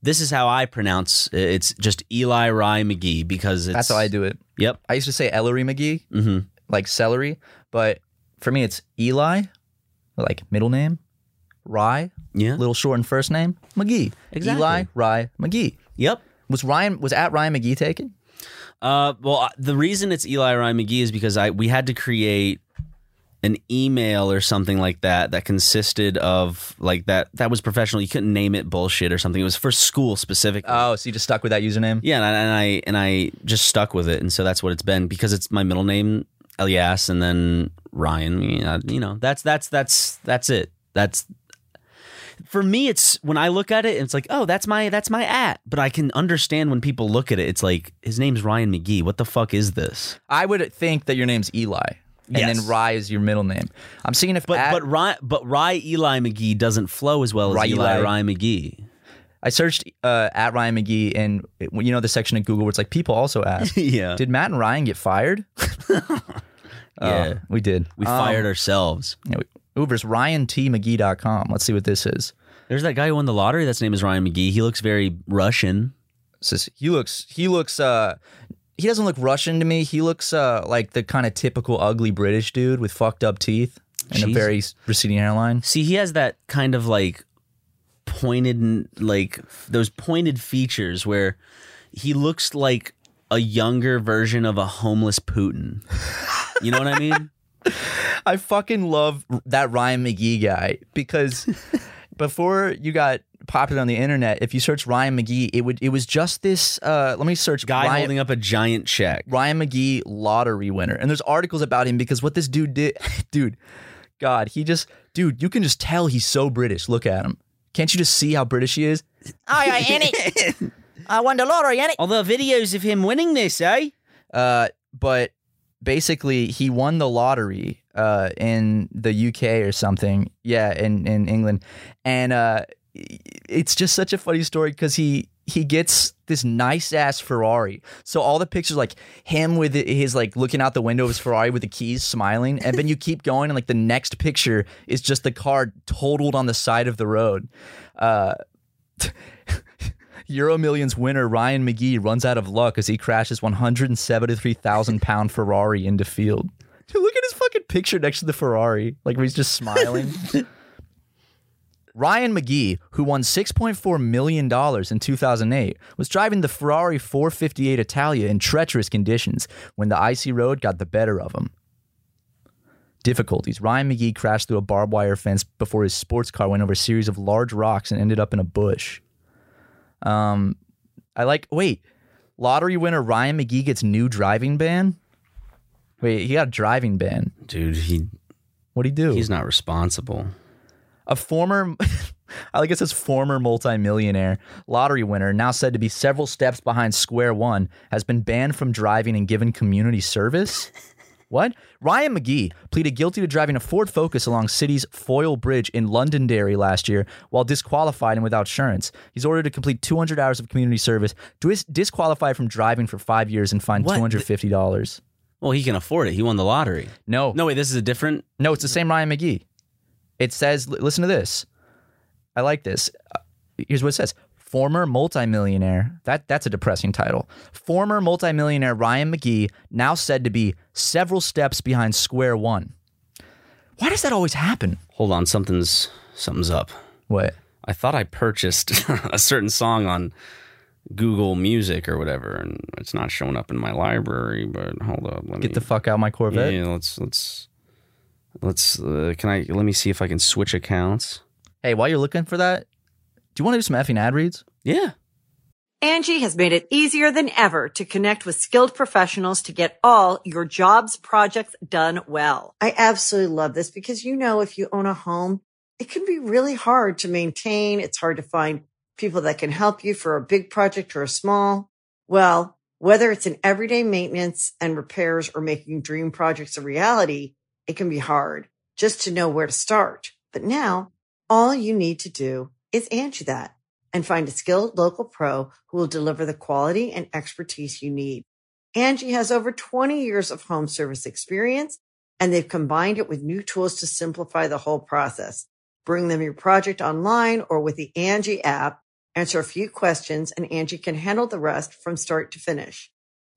this is how I pronounce it. It's just Eli Rye McGee because it's, That's how I do it. Yep. I used to say Ellery McGee, hmm like celery, but for me it's Eli, like middle name, Rye, Yeah. little shortened first name, McGee. Exactly. Eli, Rye, McGee. Yep. Was Ryan was at Ryan McGee taken? Uh, well, I- the reason it's Eli Ryan McGee is because I we had to create an email or something like that that consisted of like that that was professional. You couldn't name it bullshit or something. It was for school specifically. Oh, so you just stuck with that username? yeah, and I, and I and I just stuck with it, and so that's what it's been because it's my middle name Elias, and then Ryan. You know, you know, that's that's that's that's it. That's for me. It's when I look at it, it's like, oh, that's my that's my at. But I can understand when people look at it. It's like his name's Ryan McGee. What the fuck is this? I would think that your name's Eli. And Yes. then Rye is your middle name. I'm seeing if But at- but Rye but Rye Eli McGee doesn't flow as well as Rye Eli, Eli. Ryan McGee. I searched uh, at Ryan McGee and it- you know the section of Google where it's like people also ask. yeah, Did Matt and Ryan get fired? Yeah. we did. we Um, fired ourselves. Yeah, we- Uber's RyanTMcGee.com. Let's see what this is. There's that guy who won the lottery. That's name is Ryan McGee. He looks very Russian. This is- he looks he looks uh he doesn't look Russian to me. He looks uh like the kind of typical ugly British dude with fucked up teeth and a Jesus. very receding hairline. See, he has that kind of like pointed, like those pointed features where he looks like a younger version of a homeless Putin. You know what I mean? I fucking love that Ryan McGee guy because before you got popular on the internet. If you search Ryan McGee, it would it was just this. Uh, let me search Guy Ryan, holding up a giant check. Ryan McGee lottery winner, and there's articles about him because what this dude did, dude, God, he just, dude, you can just tell he's so British. Look at him. Can't you just see how British he is? I ain't it. I won the lottery, ain't it? All the videos of him winning this, eh? Uh, but basically, he won the lottery uh, in the UK or something. Yeah, in, in England. And uh, it's just such a funny story because he he gets this nice ass Ferrari. So all the pictures like him with his like looking out the window of his Ferrari with the keys smiling and then you keep going and like the next picture is just the car totaled on the side of the road. Uh Euro Millions winner Ryan McGee runs out of luck as he crashes 173,000 pound Ferrari into field. Dude, look at his fucking picture next to the Ferrari. Like where he's just smiling. Ryan McGee, who won $6.4 million in 2008, was driving the Ferrari 458 Italia in treacherous conditions when the icy road got the better of him. Difficulties. Ryan McGee crashed through a barbed wire fence before his sports car went over a series of large rocks and ended up in a bush. I like. Wait, lottery winner Ryan McGee gets new driving ban. Wait, he got a driving ban. Dude, he What would he do? he's not responsible. a former. I guess it's former multimillionaire lottery winner, now said to be several steps behind square one, has been banned from driving and given community service. What? Ryan McGee pleaded guilty to driving a Ford Focus along City's Foyle Bridge in Londonderry last year while disqualified and without insurance. He's ordered to complete 200 hours of community service, dis- disqualified from driving for five years, and fined What? $250. Well, he can afford it. He won the lottery. No, No, wait, this is a different. no, it's the same Ryan McGee. It says, li- listen to this. I like this. Uh, Here's what it says. Former multimillionaire. That that's a depressing title. Former multimillionaire Ryan McGee, now said to be several steps behind square one. Why does that always happen? Hold on, something's something's up. What? I thought I purchased a certain song on Google Music or whatever, and it's not showing up in my library. But hold up, let me Get the fuck out of my yeah, Corvette. yeah, let's let's let's. Uh, can I let me see if I can switch accounts? Hey, while you're looking for that, do you want to do some effing ad reads? Yeah, Angie has made it easier than ever to connect with skilled professionals to get all your jobs projects done well. I absolutely love this because, you know, if you own a home, it can be really hard to maintain. It's hard to find people that can help you for a big project or a small. Well, whether it's in everyday maintenance and repairs or making dream projects a reality, it can be hard just to know where to start. But now all you need to do is Angie that and find a skilled local pro who will deliver the quality and expertise you need. Angie has over 20 years of home service experience and they've combined it with new tools to simplify the whole process. Bring them your project online or with the Angie app, answer a few questions and Angie can handle the rest from start to finish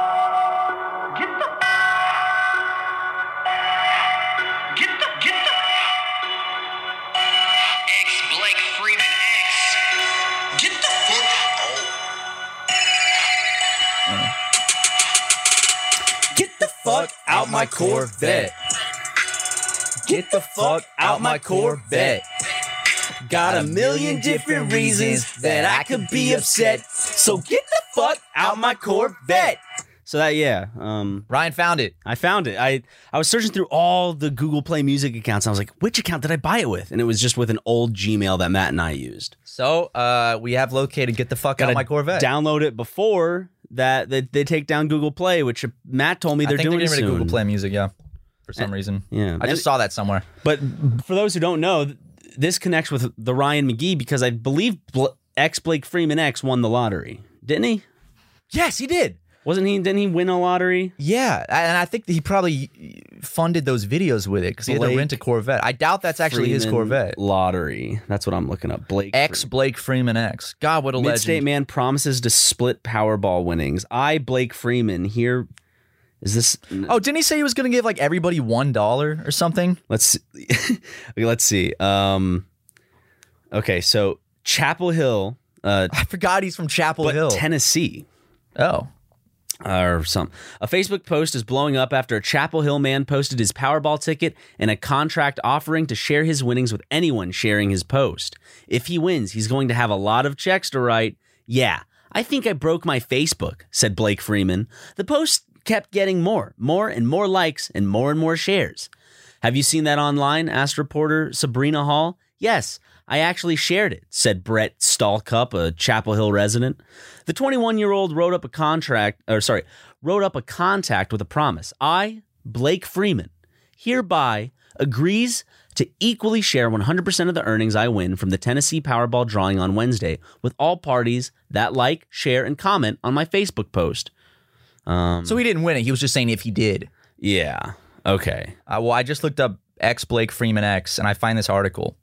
Get the Get the Get the X Blake Freeman X Get the fuck out get the fuck out my Corvette. Get the fuck out my Corvette. Got a million different reasons that I could be upset. So get the fuck out my Corvette. So that yeah, um, Ryan found it. I found it. I I was searching through all the Google Play Music accounts. And I was like, which account did I buy it with? And it was just with an old Gmail that Matt and I used. So uh, we have located. Get the fuck out Gotta of my Corvette. Download it before that they, they take down Google Play, which Matt told me I they're think doing they're getting rid soon. of Google Play Music. Yeah, for some reason. Yeah, I just saw that somewhere. But for those who don't know, th- this connects with the Ryan McGee because I believe Bl- ex Blake Freeman X won the lottery, didn't he? Yes, he did. Wasn't he? Didn't he win a lottery? Yeah, I- and I think that he probably funded those videos with it because he had to Blake rent a Corvette. I doubt that's actually his Freeman Corvette. lottery. That's what I'm looking up. Blake Ex Blake Freeman X. God, what a Mid legend. State man promises to split Powerball winnings. I Blake Freeman here. Is this? Oh, didn't he say he was going to give like everybody one dollar or something? Let's see. okay, let's see. Um, okay, so Chapel Hill, uh, I forgot he's from Chapel but Hill. Tennessee. oh, or some. A Facebook post is blowing up after a Chapel Hill man posted his Powerball ticket and a contract offering to share his winnings with anyone sharing his post. If he wins, he's going to have a lot of checks to write. Yeah, I think I broke my Facebook, said Blake Freeman. The post kept getting more, more and more likes and more and more shares. Have you seen that online? asked reporter Sabrina Hall. Yes, I actually shared it, said Brett Stallcup, a Chapel Hill resident. The 21 year old wrote up a contract, or sorry, wrote up a contact with a promise. I, Blake Freeman, hereby agrees to equally share 100% of the earnings I win from the Tennessee Powerball drawing on Wednesday with all parties that like, share, and comment on my Facebook post. Um, so he didn't win it. He was just saying if he did. yeah. Okay. Uh, well, I just looked up ex Blake Freeman X and I find this article.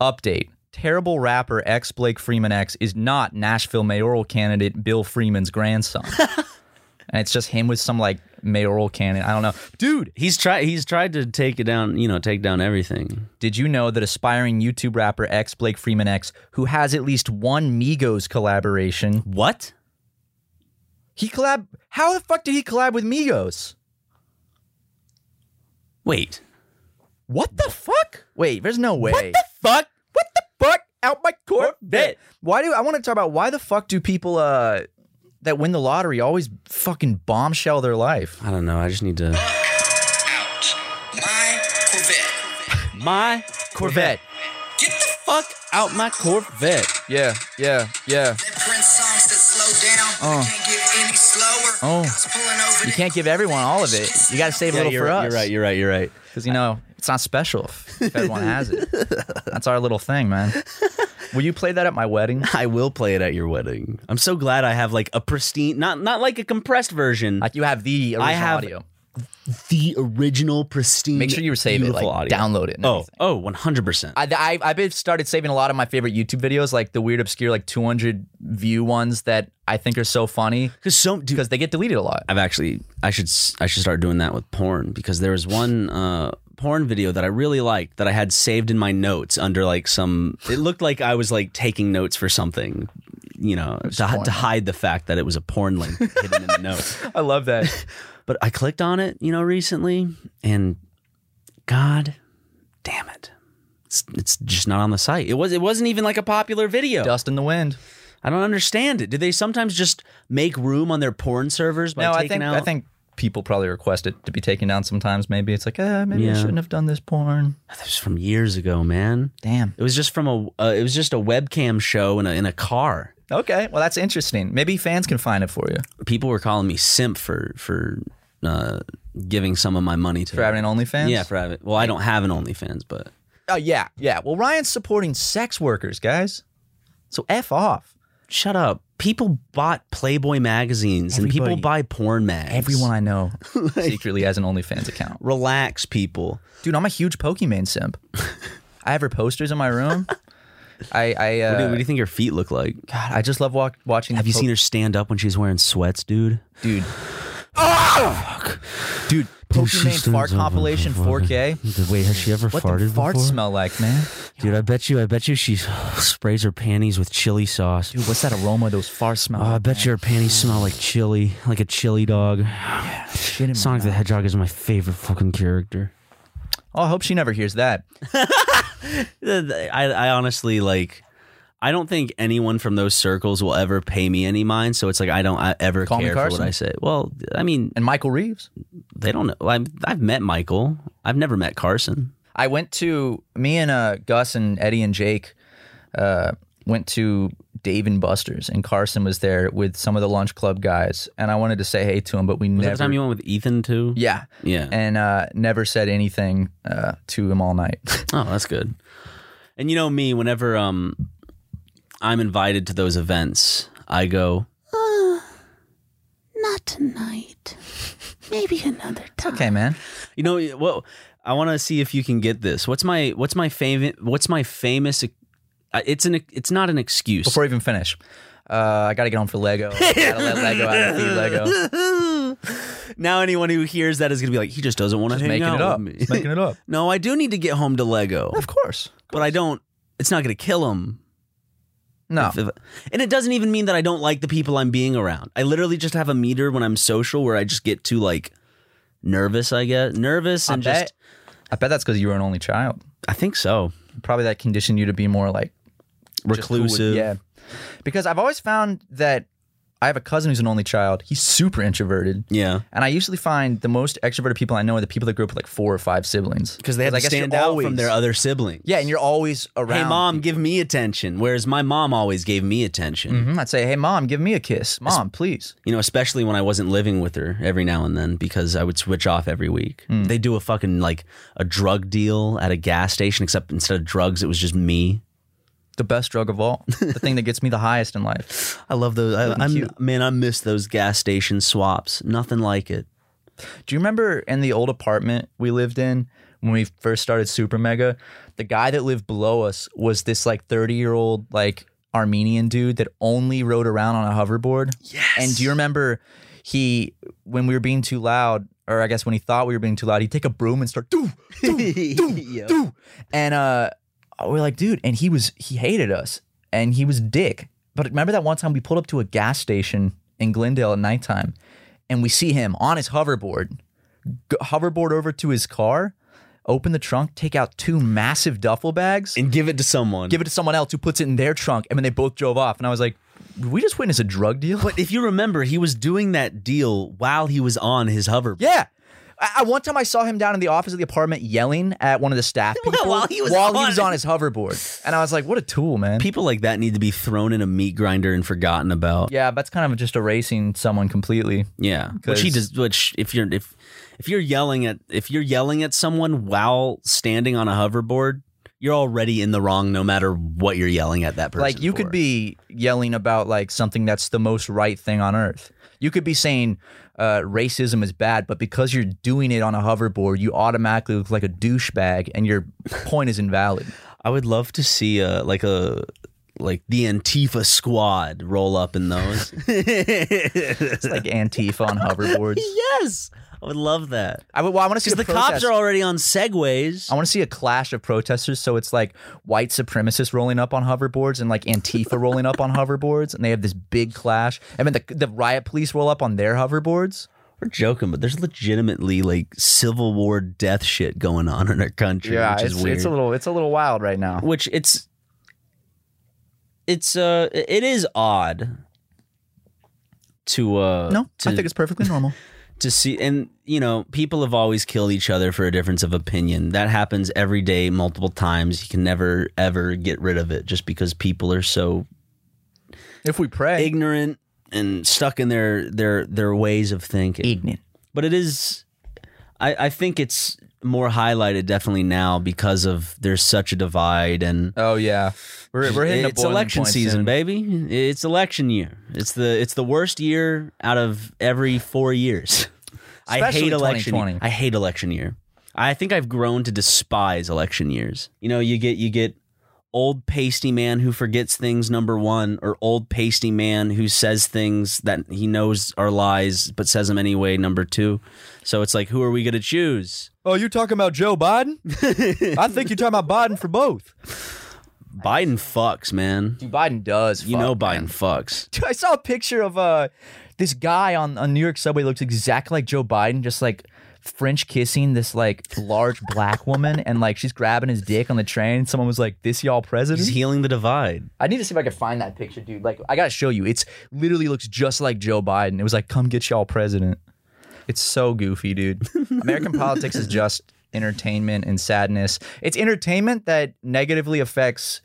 Update Terrible rapper ex Blake Freeman X is not Nashville mayoral candidate Bill Freeman's grandson. and it's just him with some like mayoral candidate. I don't know. Dude, He's tried. He's tried to take it down. You know, take down everything. did you know that aspiring YouTube rapper ex Blake Freeman X, who has at least one Migos collaboration, What? he collab. How the fuck did he collab with Migos? Wait. What the fuck? Wait, there's no way. What the Fuck. What the fuck? Out my Corvette. Corvette. Why do I want to talk about why the fuck do people uh that win the lottery always fucking bombshell their life? I don't know. I just need to. Out. My Corvette. My Corvette. Get the f- Fuck out my Corvette. Yeah, yeah, yeah. That Prince songs that slow Oh. down. I can't get any slower. Oh. I was pulling over You the- can't give everyone all of it. You got to save a little you're, for right, us. you're right. You're right. You're right. Because you know it's not special if, if everyone has it. That's our little thing, man. Will you play that at my wedding? I will play it at your wedding. I'm so glad I have like a pristine, not not like a compressed version. Like you have the original I have- audio. the original pristine. Make sure you save it, like beautiful audio. download it. and Oh, everything. oh, 100. percent I, I I've been started saving a lot of my favorite YouTube videos, like the weird, obscure, like 200 view ones that I think are so funny Because so, dude, because they get deleted a lot. I've actually I should s- I should start doing that with porn because there was one uh, porn video that I really liked that I had saved in my notes under like some it looked like I was like taking notes for something you know to, to hide the fact that it was a porn link hidden in the notes I love that. but I clicked on it you know recently and god damn it it's, it's just not on the site it was it wasn't even like a popular video Dust in the wind. I don't understand it do they sometimes just make room on their porn servers by no, I taking think out I think people probably request it to be taken down sometimes. Maybe it's like, eh, maybe I Yeah. shouldn't have done this porn. that was from years ago man Damn. It was just from a uh, it was just a webcam show in a in a car. Okay, well that's interesting. Maybe fans can find it for you People were calling me simp for for uh, giving some of my money to for having an OnlyFans. Yeah, for having. Well, I don't have an OnlyFans, but oh yeah, yeah. Well, Ryan's supporting sex workers, guys. So f off. shut up. People bought Playboy magazines and people Everybody- buy porn mags. Everyone I know secretly has an OnlyFans account. relax, people. Dude, I'm a huge Pokemon simp. I have her posters in my room. I I uh, What do, what do you think her feet look like? God, I just love walk, watching. Have you seen her stand up when she's wearing sweats, dude? dude? Oh, dude, Pokemon fart compilation 4K. Wait, has she ever What the farts smell like, man? Dude, I bet you, I bet you, she sprays her panties with chili sauce. Dude, what's that aroma? Those farts smell. Oh, I like, bet your panties smell like chili, like a chili dog. shit in my Sonic the Hedgehog is my favorite fucking character. Oh, I hope she never hears that. I, I honestly like. I don't think anyone from those circles will ever pay me any mind. So it's like I don't I ever Call me care for what Carson. I say. Well, I mean, And Michael Reeves. they don't know. I've, I've met Michael. I've never met Carson. I went to me and uh, Gus and Eddie and Jake uh, went to Dave and Buster's, and Carson was there with some of the lunch club guys, and I wanted to say hey to him, but we Was never. that the time you went with Ethan too? yeah, Yeah. and uh, never said anything uh, to him all night. Oh, that's good. And you know me, whenever um I'm invited to those events, I go, Not tonight. Maybe another time. okay, man. you know, well, I want to see if you can get this. What's my what's my favorite what's my famous uh, it's an it's not an excuse. Before I even finish, uh, I gotta get home for Lego. I gotta let Lego out of the Lego. now anyone who hears that is going to be like he just doesn't want to hang making out it up. with me. He's making it up. no, I do need to get home to Lego, Of course. but I don't it's not going to kill him. No. If- if- and it doesn't even mean that I don't like the people I'm being around. I literally just have a meter when I'm social where I just get too like nervous. I get nervous I and bet, just I bet that's because you were an only child. I think so Probably that conditioned you to be more like just cool with- reclusive. yeah. Because I've always found that I have a cousin who's an only child. He's super introverted. yeah. And I usually find the most extroverted people I know are the people that grew up with like four or five siblings. Because they have I to guess you're stand out always- from their other siblings. Yeah, and you're always around. hey mom, give me attention. Whereas my mom always gave me attention. Mhm, I'd say, hey, mom, give me a kiss. Mom, please. You know, especially when I wasn't living with her every now and then because I would switch off every week. Mm. They do a fucking like a drug deal at a gas station, except instead of drugs, it was just me. The best drug of all. the thing that gets me the highest in life. I love those. I, Fucking I'm, cute. man, I miss those gas station swaps. Nothing like it. Do you remember in the old apartment we lived in when we first started Super Mega? The guy that lived below us was this like 30 year old, like Armenian dude that only rode around on a hoverboard. Yes. And do you remember he, when we were being too loud, or I guess when he thought we were being too loud, he'd take a broom and start, doo, doo, doo, doo. And uh, we we're like, dude, and he was, he hated us and he was dick. But remember that one time we pulled up to a gas station in Glendale at nighttime and we see him on his hoverboard, go, hoverboard over to his car, open the trunk, take out two massive duffel bags, And give it to someone. give it to someone else who puts it in their trunk, and then they both drove off. And I was like, "Did we just witness a drug deal? but if you remember, he was doing that deal while he was on his hoverboard. yeah. I, I- one time I saw him down in the office of the apartment yelling at one of the staff people while he was while on he was it. on his hoverboard, and I was like, "What a tool, man!" People like that need to be thrown in a meat grinder and forgotten about. yeah, that's kind of just erasing someone completely. Yeah, which he 'Cause- does. Which if you're if if you're yelling at if you're yelling at someone while standing on a hoverboard, you're already in the wrong no matter what you're yelling at that person. Like you for. could be yelling about like something that's the most right thing on earth. You could be saying uh, racism is bad, but because you're doing it on a hoverboard, you automatically look like a douchebag, and your point is invalid. I would love to see a like a like the Antifa squad roll up in those. It's like Antifa on hoverboards. yes, I would love that. I would. Well, I want to see Because the cops protest. are already on segways. I want to see a clash of protesters. So it's like white supremacists rolling up on hoverboards and like Antifa rolling up on hoverboards, and they have this big clash. And then the the riot police roll up on their hoverboards. We're joking, but there's legitimately like Civil War death shit going on in our country, which is weird. little it's a little wild right now. which it's it's uh it is odd to uh No, to, I think it's perfectly normal. to see and you know people have always killed each other for a difference of opinion that happens every day multiple times you can never ever get rid of it just because people are so If we pray, ignorant and stuck in their their their ways of thinking ignorant. but it is I, I think it's more highlighted definitely now because of there's such a divide and Oh yeah, we're we're hitting a it's boiling election point season, soon. baby. It's election year. It's the it's the worst year out of every four years. I Especially hate election. 2020. Year. I hate election year. I think I've grown to despise election years. You know, you get you get old pasty man who forgets things number one, or old pasty man who says things that he knows are lies but says them anyway number two. So it's like, who are we going to choose? Oh, you're talking about Joe Biden? I think you're talking about Biden for both. Biden fucks, man. Dude, Biden does. You know fuck, Biden man. fucks. Dude, I saw a picture of uh this guy on on New York subway looks exactly like Joe Biden, just like French kissing this like large black woman and like she's grabbing his dick on the train. Someone was like, "This y'all He's president?" healing the divide. I need to see if I can find that picture, dude. Like, I gotta show you. It's literally looks just like Joe Biden. It was like, "Come get y'all president." It's so goofy, dude. American politics is just entertainment and sadness. It's entertainment that negatively affects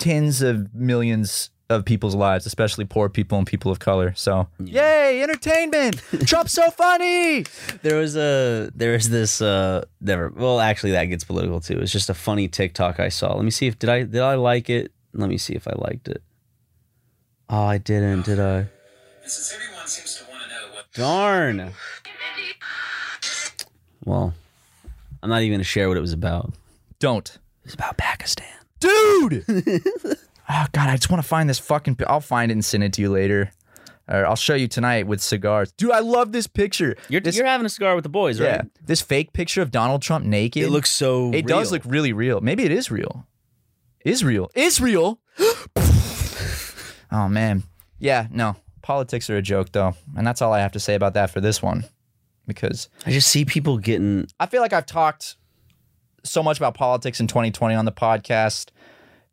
tens of millions of people's lives, especially poor people and people of color. So, yay, entertainment! Trump's so funny. There was a there was this uh never well actually that gets political too. It's just a funny TikTok I saw. Let me see if did I did I like it? Let me see if I liked it. Oh, I didn't, did I? Since everyone seems to want to know what Darn. Well, I'm not even gonna share what it was about. Don't. It was about Pakistan. dude. oh god, I just want to find this fucking. pi- I'll find it and send it to you later, or I'll show you tonight with cigars, dude. I love this picture. You're this, you're having a cigar with the boys, yeah, right? this fake picture of Donald Trump naked. It looks so. It does real. look really real. Maybe it is real. Israel, Israel. oh man, yeah. No, politics are a joke though, and that's all I have to say about that for this one, because I just see people getting. I feel like I've talked so much about politics in 2020 on the podcast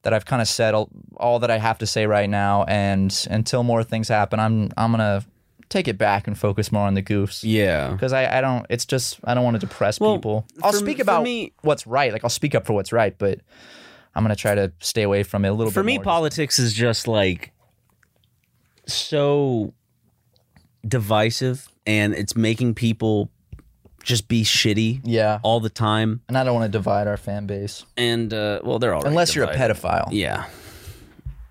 that I've kind of said all, all that I have to say right now. And until more things happen, I'm I'm gonna take it back and focus more on the goofs Yeah. because I, I don't. It's just I don't want to depress Well, people. I'll for- speak for about me- what's right. Like I'll speak up for what's right, but I'm gonna try to stay away from it a little For bit. me, more. politics is just like so divisive, and it's making people just be shitty yeah. all the time. And I don't want to divide our fan base. And uh, well, they're all Unless you're a pedophile, Yeah.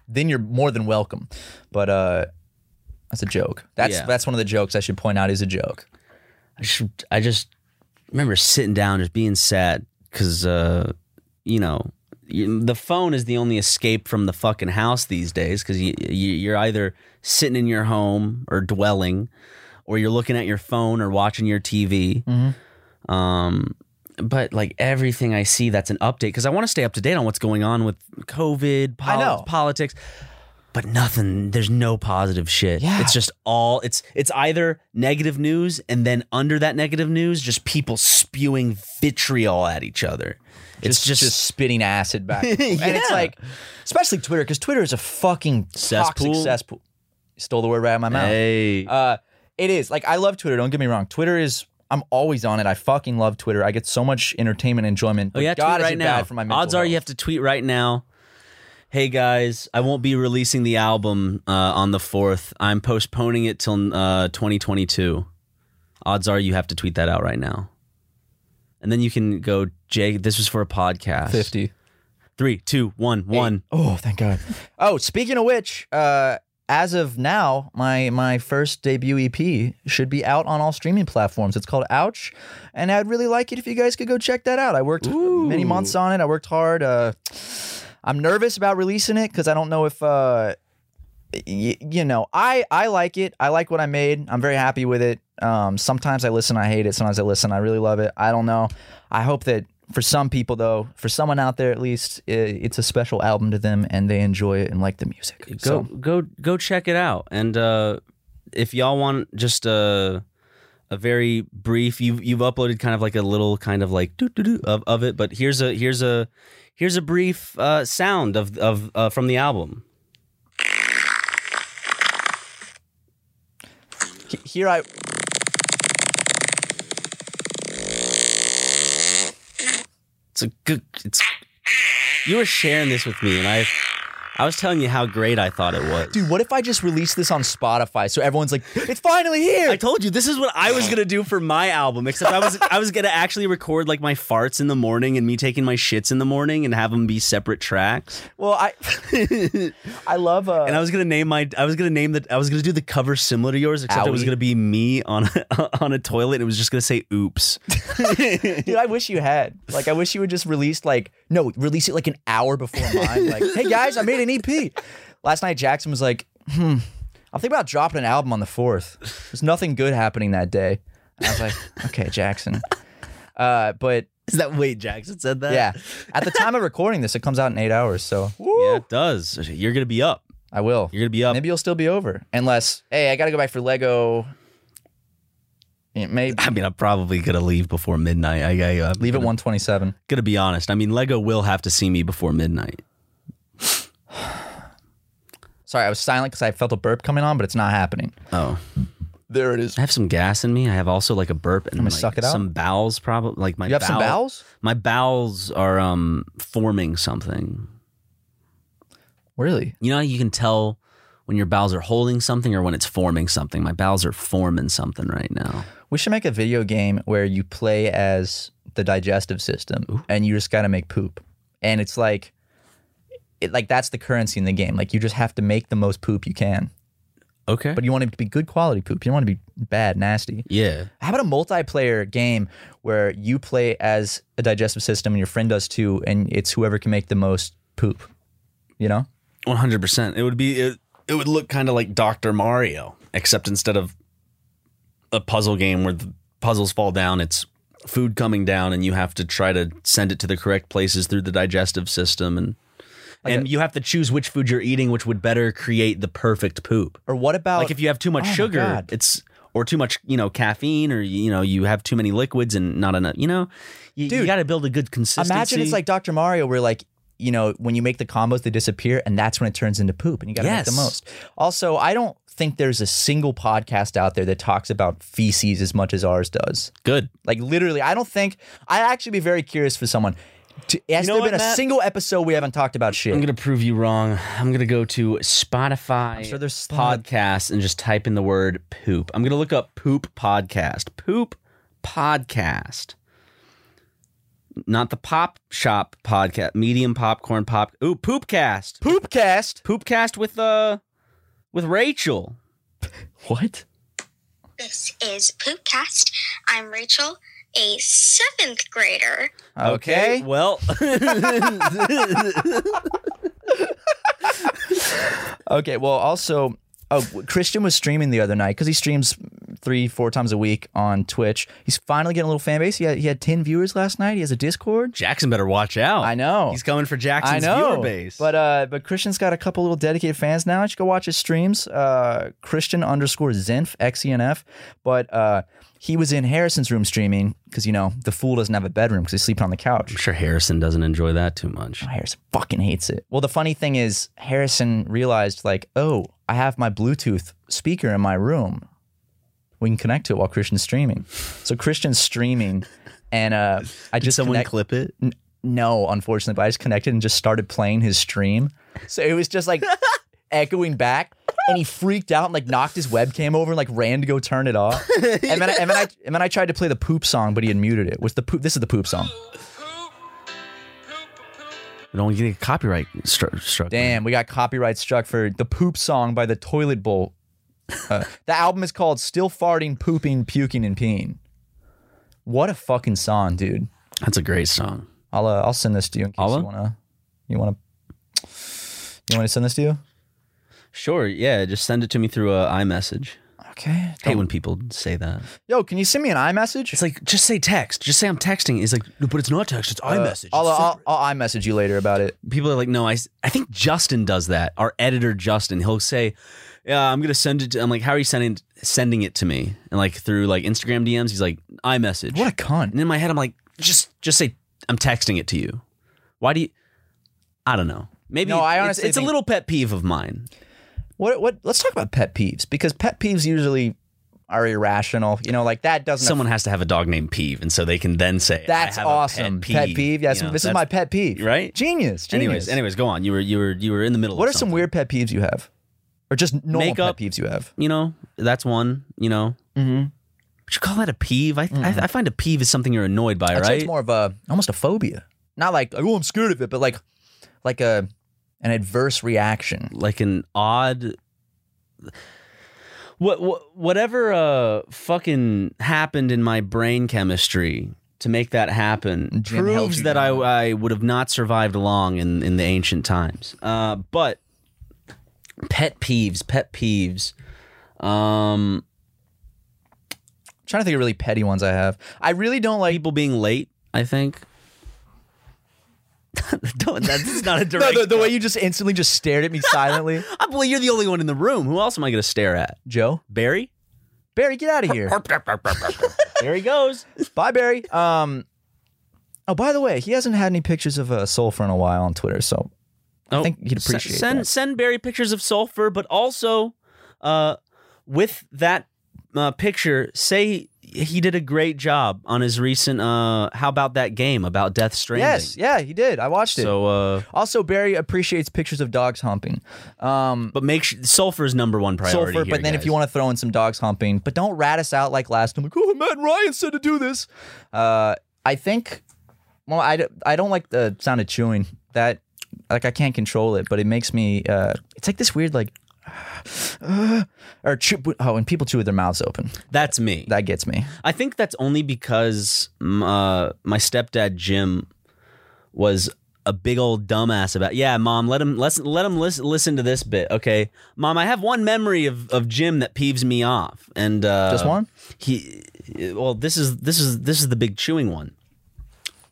then you're more than welcome. But uh, that's a joke. That's Yeah. that's one of the jokes I should point out is a joke. I just, I just remember sitting down, just being sad because, uh, you know, you- the phone is the only escape from the fucking house these days because you, you, you're either sitting in your home or dwelling, or you're looking at your phone or watching your TV. Mm-hmm. Um, but like everything I see, that's an update because I want to stay up to date on what's going on with COVID, I poli- know. politics. But nothing. There's no positive shit. Yeah. It's just all. It's it's either negative news and then under that negative news, just people spewing vitriol at each other. it's just, just spitting acid back, and, forth. and it's Yeah. like, especially Twitter, because Twitter is a fucking Cesspool. cesspool. Toxic cesspool. Stole the word right out of my mouth. hey. Oh, Uh, it is like I love Twitter. Don't get me wrong. Twitter is. I'm always on it. I fucking love Twitter. I get so much entertainment and enjoyment. oh but yeah, God, tweet is right it now. Bad for my mental Odds are you health. have to tweet right now. Hey guys, I won't be releasing the album uh, on the fourth. I'm postponing it till uh, 2022. Odds are you have to tweet that out right now. And then you can go, Jay. This was for a podcast. fifty. Three, two, one, one. Oh, thank God. oh, speaking of which, uh, as of now, my my first debut EP should be out on all streaming platforms. It's called Ouch, and I'd really like it if you guys could go check that out. I worked many months on it. I worked hard. Uh, I'm nervous about releasing it because I don't know if. Uh, y- you know, I I like it. I like what I made. I'm very happy with it. Um, sometimes I listen, I hate it. Sometimes I listen, I really love it. I don't know. I hope that for some people, though, for someone out there at least, i it's a special album to them and they enjoy it and like the music. go So go go check it out and uh if y'all want just a a very brief you've you've uploaded kind of like a little kind of like doo doo doo of, of it but here's a here's a here's a brief uh sound of of uh, from the album he- here I. it's a good it's you were sharing this with me and i i was telling you how great i thought it was Dude, what if I just release this on Spotify so everyone's like, it's finally here? I told you this is what I was gonna do for my album. Except I was I was gonna actually record like my farts in the morning and me taking my shits in the morning and have them be separate tracks. well, I I love. Uh, And I was gonna name my. I was gonna name the. I was gonna do the cover similar to yours, except it was Owie. gonna be me on a, on a toilet. and It was just gonna say "Oops." Dude, I wish you had. Like, I wish you would just release like no, release it like an hour before mine. Like, hey guys, I made an EP. Last night, Jackson was like, "Hmm, I'm thinking about dropping an album on the fourth. There's nothing good happening that day." And I was like, "Okay, Jackson." Uh, but Is that Wade Jackson said that? yeah, at the time of recording this, it comes out in eight hours, so yeah, it does. You're gonna be up. I will. You're gonna be up. Maybe you'll still be over, unless hey, I got to go back for Lego. It may be. I mean, I'm probably gonna leave before midnight. I, I I'm leave at gonna- 127. Gonna be honest. I mean, Lego will have to see me before midnight. Sorry, I was silent because I felt a burp coming on, but it's not happening. Oh, There it is. I have some gas in me. I have also like a burp and I'm gonna like, suck it out. some bowels. Probably like my You have some bowel- bowels? My bowels are um forming something. Really? You know, how you can tell when your bowels are holding something or when it's forming something. My bowels are forming something right now. We should make a video game where you play as the digestive system and you just got to make poop. And it's like it, like that's the currency in the game. Like you just have to make the most poop you can. Okay. But you want it to be good quality poop. You don't want to be bad, nasty. yeah. How about a multiplayer game where you play as a digestive system and your friend does too and it's whoever can make the most poop. You know? One hundred percent. It would be it, it would look kind of like Doctor Mario, except instead of a puzzle game where the puzzles fall down, it's food coming down, and you have to try to send it to the correct places through the digestive system, and Like and a- you have to choose which food you're eating, which would better create the perfect poop. Or what about Like if you have too much Oh my sugar, God. it's or too much you know caffeine, or you know you have too many liquids and not enough. You know, you, Dude, got to build a good consistency. Imagine it's like Dr. Mario, where like, you know, when you make the combos, they disappear, and that's when it turns into poop, and you gotta make Yes. the most. Also, I don't think there's a single podcast out there that talks about feces as much as ours does. good. Like, literally, I don't think, I'd actually be very curious for someone. To, has know there what, been a Matt? single episode we haven't talked about shit? I'm gonna prove you wrong. I'm gonna go to Spotify I'm sure there's pod. podcast and just type in the word poop. I'm gonna look up poop podcast. Poop podcast. Not the pop shop podcast. Medium popcorn pop. Ooh, poopcast. Poopcast. Poopcast with uh with Rachel. What? This is Poopcast. I'm Rachel, a seventh grader. Okay. Well, Okay. Well, also, oh, Christian was streaming the other night because he streams three, four times a week on Twitch. He's finally getting a little fan base. He had, he had 10 viewers last night. He has a Discord. Jackson better watch out. I know. He's coming for I Jackson's know. viewer base. But uh, but Christian's got a couple little dedicated fans now. You should go watch his streams. Uh, Christian underscore Zenf, XENF. But uh, he was in Harrison's room streaming because, you know, the fool doesn't have a bedroom because he's sleeping on the couch. Oh, I'm sure Harrison doesn't enjoy that too much. Harrison fucking hates it. Well, the funny thing is, Harrison realized, like, oh, I have my Bluetooth speaker in my room. We can connect to it while Christian's streaming. So Christian's streaming, and uh, I Did just someone connect- clip it? no, unfortunately, but I just connected and just started playing his stream. So it was just like echoing back. And he freaked out and like knocked his webcam over and like ran to go turn it off. And then, I, and then I and then I tried to play the poop song, but he had muted it. Was the poop? This is the poop song. I don't want to get a copyright stru- struck. Damn, we got copyright struck for the poop song by the Toilet Bowl. Uh, the album is called "Still Farting, Pooping, Puking, and Peeing." What a fucking song, dude! That's a great song. I'll uh, I'll send this to you in case I'll, uh, you wanna you wanna you wanna send this to you. Sure, yeah. Just send it to me through a iMessage. Okay. I hate when people say that. Yo, can you send me an iMessage? It's like just say text. Just say I'm texting. It's like, no, but it's not text. It's iMessage. Uh, I'll, It's I'll, separate. I'll iMessage you later about it. people are like, no, I. s- I think Justin does that. Our editor Justin, he'll say, yeah, I'm gonna send it. To, I'm like, how are you sending sending it to me? And like through like Instagram DMs, he's like iMessage. What a And cunt. in my head, I'm like, just just say I'm texting it to you. Why do you? I don't know. Maybe No, I it's- honestly it's a think- little pet peeve of mine. What what? Let's talk about pet peeves because pet peeves usually are irrational. You know, like that doesn't. someone has to have a dog named Peeve, and so they can then say, that's I have a awesome. pet peeve." Yes, You know, this is that's- my pet peeve. right? Genius. genius. Anyways, anyways, go on. You were you were you were in the middle. What of are some something. weird pet peeves you have, or just normal Makeup. pet peeves you have? You know, that's one. You know, Mm-hmm. would you call that a peeve? I I, I find a peeve is something you're annoyed by, I'd say right? it's more of a almost a phobia. Not like oh I'm scared of it, but like like a an adverse reaction. like an odd. What, what whatever uh fucking happened in my brain chemistry to make that happen Jim held proves you that I, down. I would have not survived long in, in the ancient times. Uh, but pet peeves, pet peeves. Um, I'm trying to think of really petty ones I have. I really don't like. people being late. I think. Don't, that's not a direct. the, the way you just instantly just stared at me silently, I believe you're the only one in the room. Who else am I going to stare at? Joe Barry? Barry, get out of here. There he goes. Bye, Barry. Um, oh, by the way, he hasn't had any pictures of uh, Sulfur in a while on Twitter, so I think he'd sen- appreciate Oh, send that. send Barry pictures of sulfur, but also uh, with that uh, picture, say he did a great job on his recent uh, how about that game about Death Stranding. Yes, yeah, he did. I watched it. So, uh, also, Barry appreciates pictures of dogs humping. Um, but make sure sulfur's number one priority. here, Sulfur, but then if guys. you want to throw in some dogs humping, but don't rat us out like last time. Like, oh, Matt Ryan said to do this. Uh, I think. Well, I, d- I don't like the sound of chewing. That like I can't control it, but it makes me. Uh, it's like this weird like. or chew. Oh, and people chew with their mouths open. that's me. That gets me. I think that's only because mm, uh, my stepdad Jim was a big old dumbass about. Yeah, mom, let him let's let him listen listen to this bit. Okay, mom, I have one memory of of Jim that peeves me off, and uh, Just one? He, well, this is this is this is the big chewing one.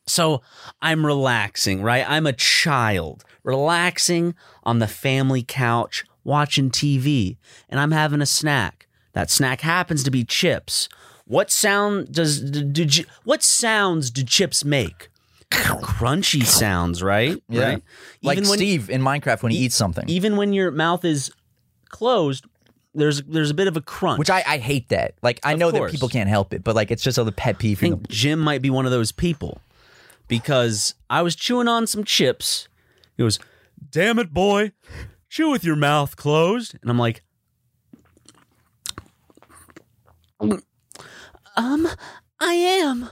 So I'm relaxing, right? I'm a child, relaxing on the family couch, watching TV, and I'm having a snack. That snack happens to be chips. What sound does d- do, chi- what sounds do chips make? Crunchy sounds, right? Yeah. Right? Like even when, Steve in Minecraft when he E- eats something, even when your mouth is closed, there's there's a bit of a crunch. which I, I hate that. Like I Of know course. that people can't help it, but like it's just a little pet peeve. I think Jim might be one of those people because I was chewing on some chips. He goes, Damn it, boy, chew with your mouth closed. And I'm like, Um, I am.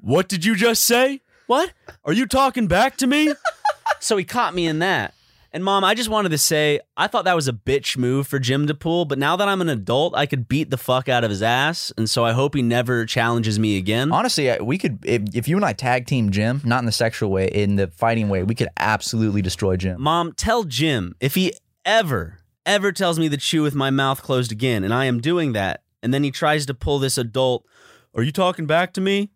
What did you just say? What? Are you talking back to me? so he caught me in that. And mom, I just wanted to say, I thought that was a bitch move for Jim to pull, but now that I'm an adult, I could beat the fuck out of his ass, and so I hope he never challenges me again. Honestly, I- we could if, if you and I tag team Jim, not in the sexual way, in the fighting way, we could absolutely destroy Jim. Mom, tell Jim if he ever, ever tells me to chew with my mouth closed again, and I am doing that, and then he tries to pull this adult, are you talking back to me?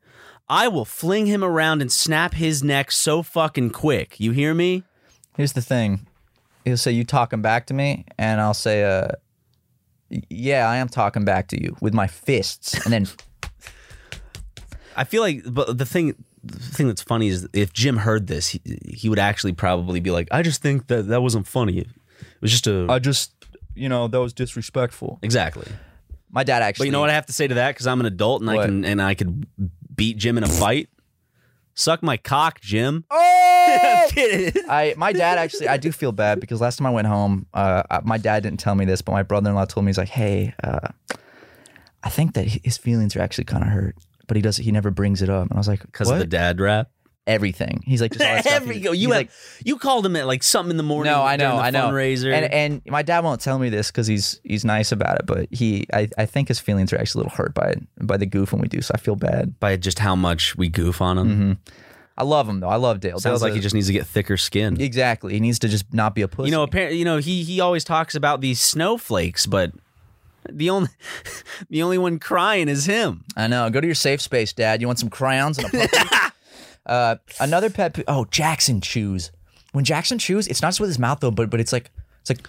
I will fling him around and snap his neck so fucking quick. You hear me? Here's the thing: he'll say you talking back to me, and I'll say, uh, "Yeah, I am talking back to you with my fists," and then I feel like, but the thing, the thing that's funny is if Jim heard this, he, he would actually probably be like, I just think that that wasn't funny. It was just a I just, you know, that was disrespectful. exactly. My dad actually. But you know what I have to say to that because I'm an adult and I What? can and I could beat Jim in a fight. Suck my cock, Jim. Oh! kidding. I my dad actually I do feel bad because last time I went home, uh, I- my dad didn't tell me this, but my brother-in-law told me he's like, "Hey, uh, I think that his feelings are actually kind of hurt, but he does he never brings it up." And I was like, Because of "What?" the dad rap. everything. He's like, just all that stuff. Every He's- go. You he's had, like, you called him at like something in the morning. no, I during know, the I know. Fundraiser. And and my dad won't tell me this because he's he's nice about it, but he I, I think his feelings are actually a little hurt by it by the goof when we do. So I feel bad. by just how much we goof on him. I love him though. I love Dale. Sounds Dale's like a- he just needs to get thicker skin. exactly. He needs to just not be a pussy. You know, apparently, you know, he he always talks about these snowflakes, but the only the only one crying is him. I know. Go to your safe space, Dad. You want some crayons and a puppy? uh, another pet. pe- oh, Jackson chews. When Jackson chews, it's not just with his mouth though, but but it's like it's like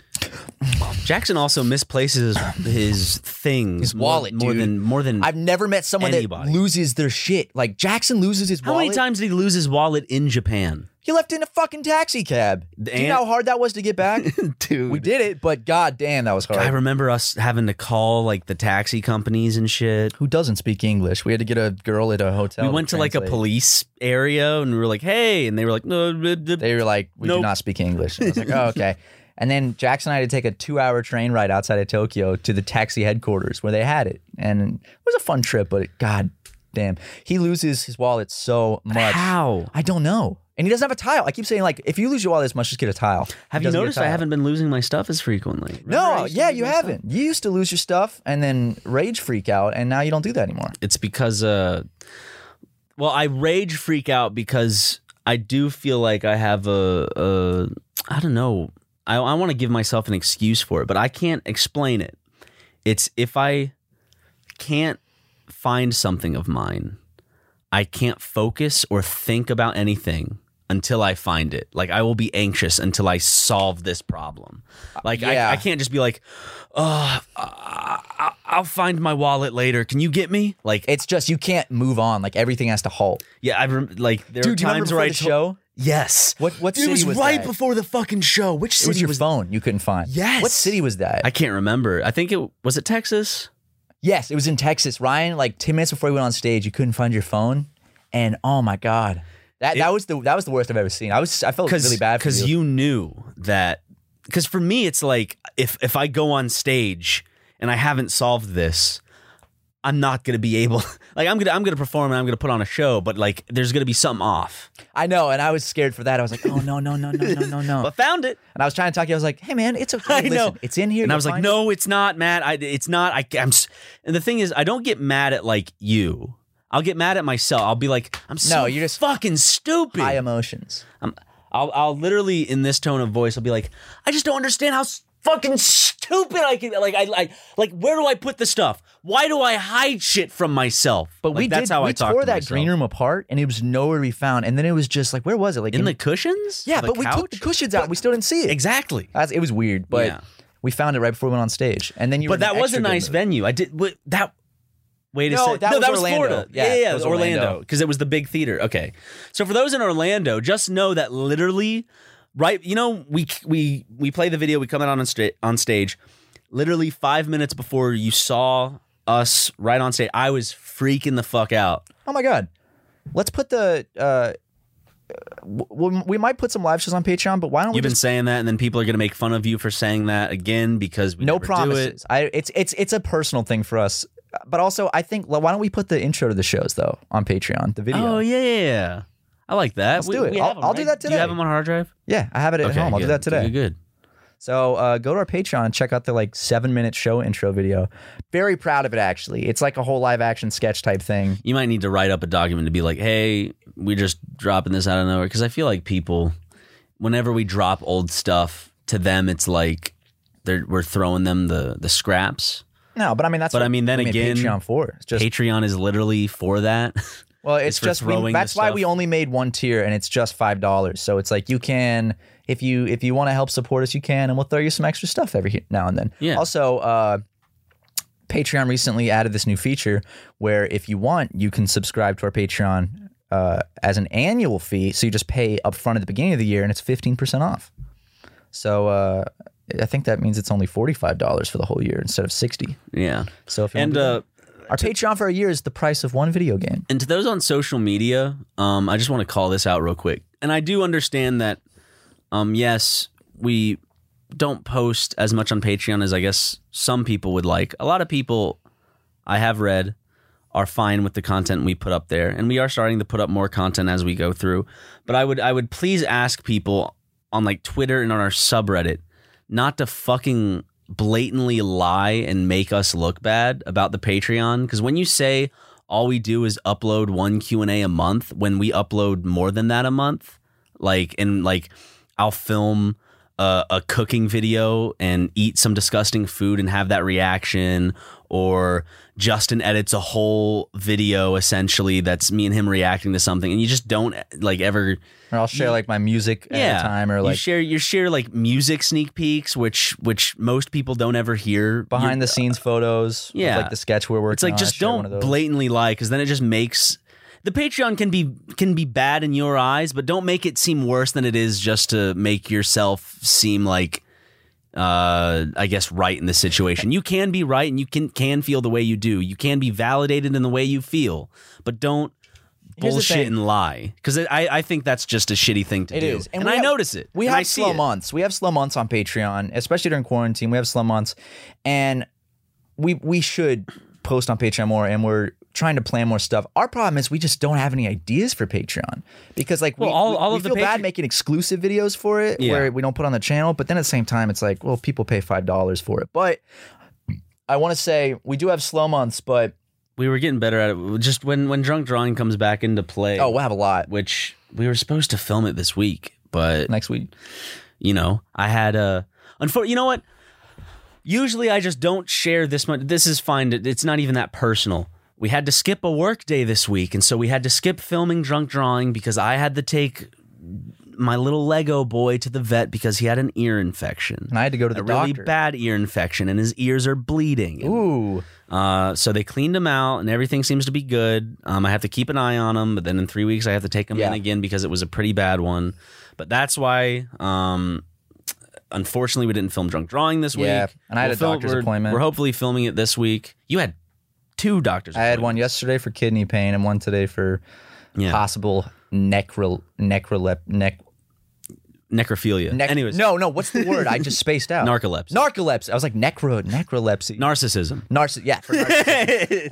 Jackson also misplaces his, his things, His more- wallet, more dude. than more than. I've never met someone Hmm. Anybody. that loses their shit. Like Jackson loses his how wallet. many times did he lose his wallet in Japan? He left in a fucking taxi cab. Do you And- know how hard that was to get back? Dude, we did it, but god damn, that was hard. I remember us having to call like the taxi companies and shit. Who doesn't speak English? We had to get a girl at a hotel. we went to like a translate. police area and we were like, "Hey," and they were like, "No, blah, blah, They were like, we do Nope. not speak English. And I was like, oh, okay. And then Jackson and I had to take a two hour train ride outside of Tokyo to the taxi headquarters where they had it. And it was a fun trip, but it- god damn. He loses his wallet so much. how?" I don't know. And he doesn't have a tile. I keep saying, like, if you lose your wallet as much, just get a tile. He Have you doesn't get a noticed I tile. haven't been losing my stuff as frequently? Remember I No, used to yeah, lose you my stuff? haven't. You used to lose your stuff and then rage freak out, and now you don't do that anymore. It's because, uh, well, I rage freak out because I do feel like I have a, a I don't know. I, I want to give myself an excuse for it, but I can't explain it. It's if I can't find something of mine, I can't focus or think about anything until I find it. Like I will be anxious until I solve this problem. Like Yeah. I, I can't just be like, oh, I, I- I'll find my wallet later. Can you get me? Like, It's just you can't move on. Like everything has to halt. yeah, I rem- like there were Dude, do you remember times where I before the told- show? Yes. What what Dude, city it was, right that? before the fucking show. Which It city was your was phone you couldn't find. Yes. What city was that? I can't remember. I think it was it Texas. yes, it was in Texas. Ryan, like ten minutes before we went on stage, you couldn't find your phone, and oh my god, that that was the that was the worst I've ever seen. I was I Oh, felt really bad for because you. knew that because for me it's like if if I go on stage and I haven't solved this, I'm not gonna be able like I'm gonna I'm gonna perform and I'm gonna put on a show, but like there's gonna be something off. I know, and I was scared for that. I was like, oh no no no no no no no. But found it. And I was trying to talk to you. I was like, hey man, it's okay. I Listen, know. it's in here. and I you'll was like, find it." no, it's not, Matt. I, it's not. I, I'm. s-" And the thing is, I don't get mad at like you. I'll get mad at myself. I'll be like, I'm so No, you're just fucking stupid. high emotions. I'll, I'll literally in this tone of voice, I'll be like, I just don't understand how s- fucking stupid I can. Like, I like, like, where do I put the stuff? Why do I hide shit from myself? But Like, we that's did, how we I talk tore to that myself. green room apart, and it was nowhere to be found. And then it was just like, where was it? Like in the cushions. yeah, The but we took the couch? cushions out. and we still didn't see it. exactly. That's, it was weird, but Yeah. we found it right before we went on stage. And then you. were But in an that was a extra good nice mood. venue. I did wait, that. Wait a No, second. that no, was that was Orlando. Florida. Yeah, yeah, yeah, that it was was Orlando. Orlando because it was the big theater. Okay, so for those in Orlando, just know that literally, right? You know, we we we play the video. We come out on sta- on stage. Literally five minutes before you saw us right on stage, I was freaking the fuck out. Oh my god, let's put the. Uh, w- we might put some live shows on Patreon, but why don't we You've been just saying that, and then people are gonna make fun of you for saying that again because we no never do it. promises? I it's it's it's a personal thing for us, but also I think well, why don't we put the intro to the shows though on Patreon, the video? Oh yeah, yeah, yeah. I like that. Let's We- do it. we I'll- have 'em, I'll do right? that Do today. you have them on hard drive? Yeah, I have it at okay, home. I'll do good. that today. Good, good. So uh, go to our Patreon and check out the like seven minute show intro video. Very proud of it actually. It's like a whole live action sketch type thing. you might need to write up a document to be like, hey, we're just dropping this out of nowhere. Because I feel like people, whenever we drop old stuff to them, it's like they're, we're throwing them the, the scraps. No, but I mean that's But what I mean, then we made again, Patreon for it's just Patreon is literally for that. well, it's, is for just we- throwing the that's why we stuff. only made one tier and it's just five dollars. So it's like you can if you if you want to help support us, you can, and we'll throw you some extra stuff every he- now and then. Yeah. Also, uh, Patreon recently added this new feature where if you want, you can subscribe to our Patreon. Uh, as an annual fee, so you just pay up front at the beginning of the year, and it's fifteen percent off. So uh, I think that means it's only forty five dollars for the whole year instead of sixty. yeah. So if you And, wanna do uh, that. our Patreon for a year is the price of one video game. And to those on social media, um, I just want to call this out real quick. And I do understand that, um, yes, we don't post as much on Patreon as I guess some people would like. A lot of people I have read are fine with the content we put up there, and we are starting to put up more content as we go through. But I would I would please ask people on like Twitter and on our subreddit not to fucking blatantly lie and make us look bad about the Patreon cuz when you say all we do is upload one Q&A a month when we upload more than that a month like and like I'll film a, a cooking video and eat some disgusting food and have that reaction or Justin edits a whole video essentially that's me and him reacting to something and you just don't like ever Or I'll share like my music at yeah. a time or you like share you share like music sneak peeks, which which most people don't ever hear behind the scenes photos. of, uh, Yeah. like the sketch we're working. It's like on. I just share one don't of those. blatantly lie because then it just makes the Patreon can be can be bad in your eyes, but don't make it seem worse than it is just to make yourself seem like uh I guess right in the situation. You can be right and you can can feel the way you do. You can be validated in the way you feel, but don't Here's the bullshit thing. and lie because I I think that's just a shitty thing to It do. is, and, we I have- notice it. We and have I see slow it. months. We have slow months on Patreon, especially during quarantine. We have slow months, and we we should post on Patreon more, and we're trying to plan more stuff. Our problem is we just don't have any ideas for Patreon because like Well, we, all- we- all we of the feel bad Patre- making exclusive videos for it Yeah. where we don't put on the channel, but then at the same time it's like well people pay five dollars for it, but. I want to say we do have slow months, but we were getting better at it. Just when when drunk drawing comes back into play, oh, we'll have a lot which we were supposed to film it this week, but next week. you know, I had a. Unfor- you know what? Usually, I just don't share this much. This is fine. It's not even that personal. We had to skip a work day this week, and so we had to skip filming drunk drawing because I had to take my little Lego boy to the vet because he had an ear infection. And I had to go to the a really doctor. bad ear infection, and his ears are bleeding. And, Ooh. Uh, so they cleaned him out, and everything seems to be good. Um, I have to keep an eye on him, but then in three weeks I have to take him Yeah. in again because it was a pretty bad one. But that's why, um, unfortunately, we didn't film Drunk Drawing this Yeah, week. and I had a doctor's we're- appointment. We're hopefully filming it this week. You had two doctors. I had one appointments. yesterday for kidney pain and one today for Yeah, possible necro necrolep nec, necrophilia. nec Anyways, No, no, what's the word? I just spaced out. narcolepsy, Narcolepsy. I was like necro necrolepsy. narcissism. Narciss- yeah, for narcissism.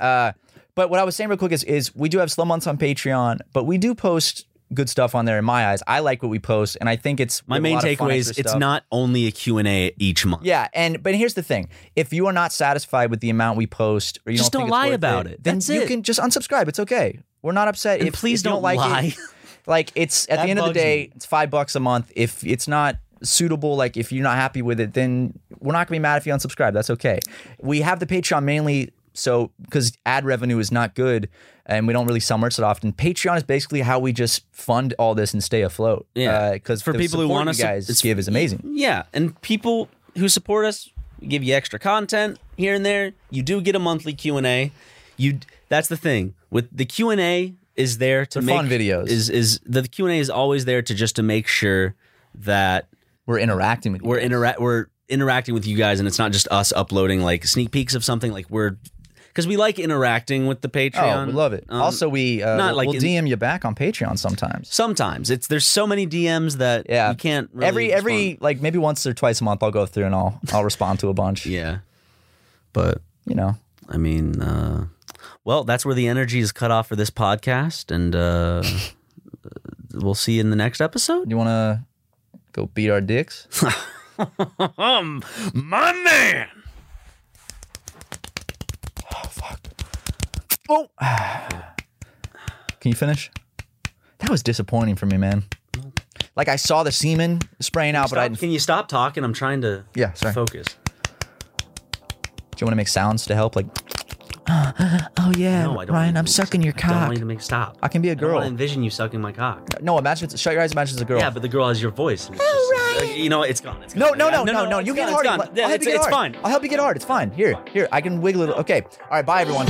uh, but what I was saying real quick is, is we do have slow months on Patreon, but we do post good stuff on there. In my eyes, I like what we post, and I think it's My we have a main lot of fun takeaway is extra it's stuff. not only a Q&A each month. Yeah, and but here's the thing: if you are not satisfied with the amount we post, or you Just don't, don't think it's lie worth about it, it. Then That's you it. can just unsubscribe. It's okay. We're not upset. And if, please if you don't, like lie. It, like it's at That the end of the bugs day, me. it's five bucks a month. If it's not suitable, like if you're not happy with it, then we're not gonna be mad if you unsubscribe. That's okay. We have the Patreon mainly so because ad revenue is not good and we don't really sell merch that often. Patreon is basically how we just fund all this and stay afloat. Uh, Yeah. because For people who want you us to- guys it's- give is amazing. Yeah, and people who support us give you extra content here and there. You do get a monthly Q and A. You that's the thing with the Q and A is there to They're make fun videos. Is is the Q and A is always there to just to make sure that We're interacting with you we're guys. interact we're interacting with you guys, and it's not just us uploading like sneak peeks of something. Like we're because we like interacting with the Patreon. Oh, we love it. Um, also, we not uh, we'll- like we'll in- DM you back on Patreon sometimes. sometimes it's there's so many DMs that Yeah. you can't really every every respond. like maybe once or twice a month, I'll go through and I'll I'll respond to a bunch. yeah, but. You know, I mean, uh, well, that's where the energy is cut off for this podcast, and uh, we'll see you in the next episode. you want to go beat our dicks? Um, my man. oh, can you finish? That was disappointing for me, man. Like I saw the semen spraying out, but I Stop, didn't. can you stop talking? I'm trying to Yeah, sorry. focus. Do you want to make sounds to help? Like, oh yeah, No, I don't. Ryan, need I'm to- sucking your I don't cock. need to make stop. I can be a I don't girl. wanna envision you sucking my cock. No, imagine it's, shut your eyes. Imagine it's a girl. Yeah, but the girl has your voice. and it's just- uh, You know, what? it's gone. It's gone. Oh, No, no, Yeah, no, no, no, You it's get gone, hard. It's, I'll gone. help Yeah, you it's, get it's hard. fine. I'll help you get hard. It's fine. Here, here. I can wiggle it. Okay. All right. Bye, everyone.